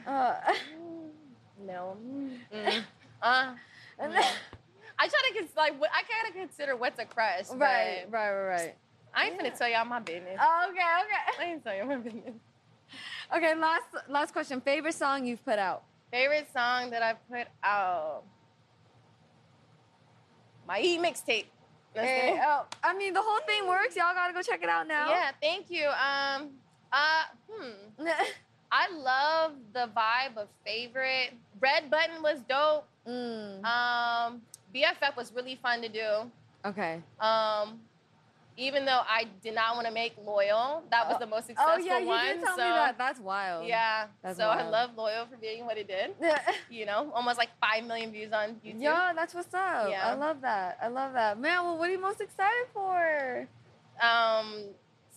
Speaker 2: Uh,
Speaker 3: No. Mm. Uh, mm. I try to cons- like what I kind of consider what's a crush. but
Speaker 2: right, right, right,
Speaker 3: I ain't finna tell y'all my business.
Speaker 2: right. Okay,
Speaker 3: I ain't tell y'all my business.
Speaker 2: okay, okay. Last last question. Favorite song you've put out?
Speaker 3: Favorite song that I put out. My E mixtape. That's
Speaker 2: Hey,
Speaker 3: it.
Speaker 2: oh, I mean the whole thing works. Y'all gotta go check it out now.
Speaker 3: Yeah, thank you. Um, uh, hmm.
Speaker 2: Yeah.
Speaker 3: I love the vibe of favorite. Red Button was dope.
Speaker 2: mm,
Speaker 3: Um, BFF was really fun to do.
Speaker 2: okay.
Speaker 3: Um, even though I did not want to make Loyal, that was the most successful
Speaker 2: Oh yeah, you
Speaker 3: one.
Speaker 2: did tell
Speaker 3: so
Speaker 2: me that. That's wild.
Speaker 3: yeah,
Speaker 2: That's
Speaker 3: so I
Speaker 2: wild.
Speaker 3: love Loyal for being what it did.
Speaker 2: Yeah.
Speaker 3: You know, almost like five million views on YouTube.
Speaker 2: Yo, that's what's up.
Speaker 3: Yeah.
Speaker 2: I love that. I love that. Man, well, what are you most excited for?
Speaker 3: Um,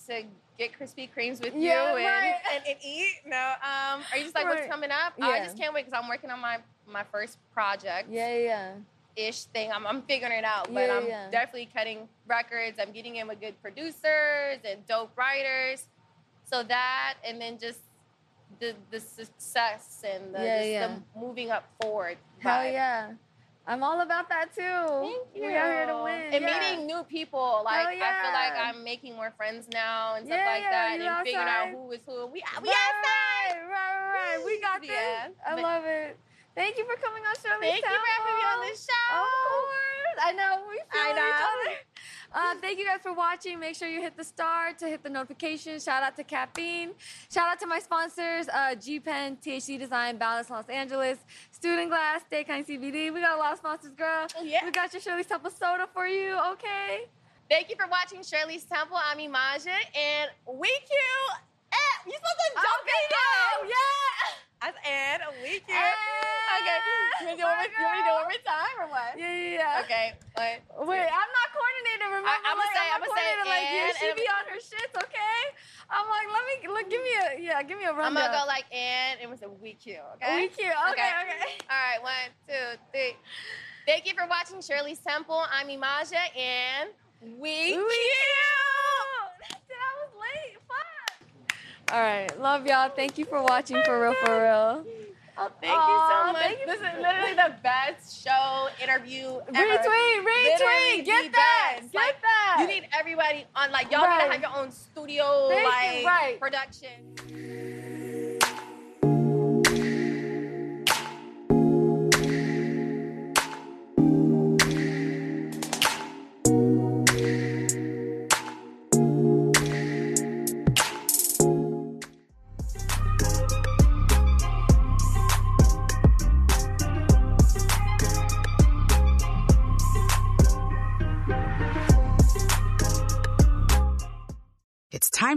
Speaker 3: to get Krispy Kremes with
Speaker 2: Yeah,
Speaker 3: you and,
Speaker 2: right.
Speaker 3: and, and eat. No, um, are you just like
Speaker 2: Right.
Speaker 3: what's coming up? Uh,
Speaker 2: Yeah.
Speaker 3: I just can't wait because I'm working on my my first project.
Speaker 2: Yeah, yeah, yeah.
Speaker 3: ish thing. I'm, I'm figuring it out, but
Speaker 2: Yeah,
Speaker 3: I'm
Speaker 2: yeah.
Speaker 3: definitely cutting records. I'm getting in with good producers and dope writers. So that, and then just the the success and the,
Speaker 2: Yeah,
Speaker 3: just
Speaker 2: yeah.
Speaker 3: the moving up forward.
Speaker 2: Hell
Speaker 3: vibe.
Speaker 2: yeah.
Speaker 1: I'm all about that too.
Speaker 3: Thank you.
Speaker 1: We are here to win.
Speaker 3: And
Speaker 1: yeah.
Speaker 3: meeting new people. Like I
Speaker 1: yeah.
Speaker 3: feel like I'm making more friends now and stuff
Speaker 1: Yeah,
Speaker 3: like
Speaker 1: yeah,
Speaker 3: that.
Speaker 1: you
Speaker 3: and figuring out
Speaker 1: outside.
Speaker 3: who is who. We we
Speaker 1: Right,
Speaker 3: outside.
Speaker 1: Right, right, right. We got this.
Speaker 3: Yeah,
Speaker 1: I
Speaker 3: but-
Speaker 1: love it. Thank you for coming on Shirley
Speaker 3: Thank you for having me on
Speaker 1: Temple.
Speaker 3: this show.
Speaker 1: Of course. I know. We feel
Speaker 3: I know.
Speaker 1: each other. Uh, thank you guys for watching. Make sure you hit the star to hit the notification. Shout out to Caffeine. Shout out to my sponsors, uh, G-Pen, THC Design, Balance Los Angeles, Student Glass, Stay Kind CBD. We got a lot of sponsors, girl.
Speaker 3: Oh, yeah.
Speaker 1: We got your Shirley Temple soda for you, okay?
Speaker 3: Thank you for watching Shirley's Temple. I'm Imaja and we cute. Eh, you supposed to jump
Speaker 1: Okay,
Speaker 3: in now.
Speaker 1: yeah.
Speaker 3: That's and we
Speaker 1: Eh,
Speaker 3: cute. okay. You want me to do it
Speaker 1: my
Speaker 3: one- you want me to do it
Speaker 1: girl.
Speaker 3: one more time or what?
Speaker 1: Yeah, yeah, yeah.
Speaker 3: Okay. Wait.
Speaker 1: Wait, I'm not coordinated. Remember,
Speaker 3: I- I'ma
Speaker 1: like,
Speaker 3: say-
Speaker 1: I'm
Speaker 3: I'ma
Speaker 1: not
Speaker 3: say
Speaker 1: coordinated. like,
Speaker 3: and-
Speaker 1: yeah, she
Speaker 3: and-
Speaker 1: be on her shits, okay? I'm like, let me look. Give me a yeah, give me a
Speaker 3: I'm
Speaker 1: rundown.
Speaker 3: gonna go like and and we said we cute.
Speaker 1: We
Speaker 3: Okay.
Speaker 1: cute. Okay, okay.
Speaker 3: All right. One, two, three. Thank you for watching Shirley's Temple. I'm Imaja and
Speaker 1: We
Speaker 3: we.
Speaker 1: cute. Dude, I was late. Fuck. All right, love y'all. Thank you for watching. For real, for real.
Speaker 3: Oh, thank you
Speaker 1: Aw,
Speaker 3: so much.
Speaker 1: thank you.
Speaker 3: This is literally the best show interview ever.
Speaker 1: Retweet,
Speaker 3: Literally
Speaker 1: retweet.
Speaker 3: the
Speaker 1: Get that.
Speaker 3: best.
Speaker 1: Get
Speaker 3: Like,
Speaker 1: that.
Speaker 3: You need everybody on. Like y'all all
Speaker 1: Right.
Speaker 3: gotta have your own studio,
Speaker 1: Thank
Speaker 3: like
Speaker 1: you, right.
Speaker 3: production.
Speaker 4: It's time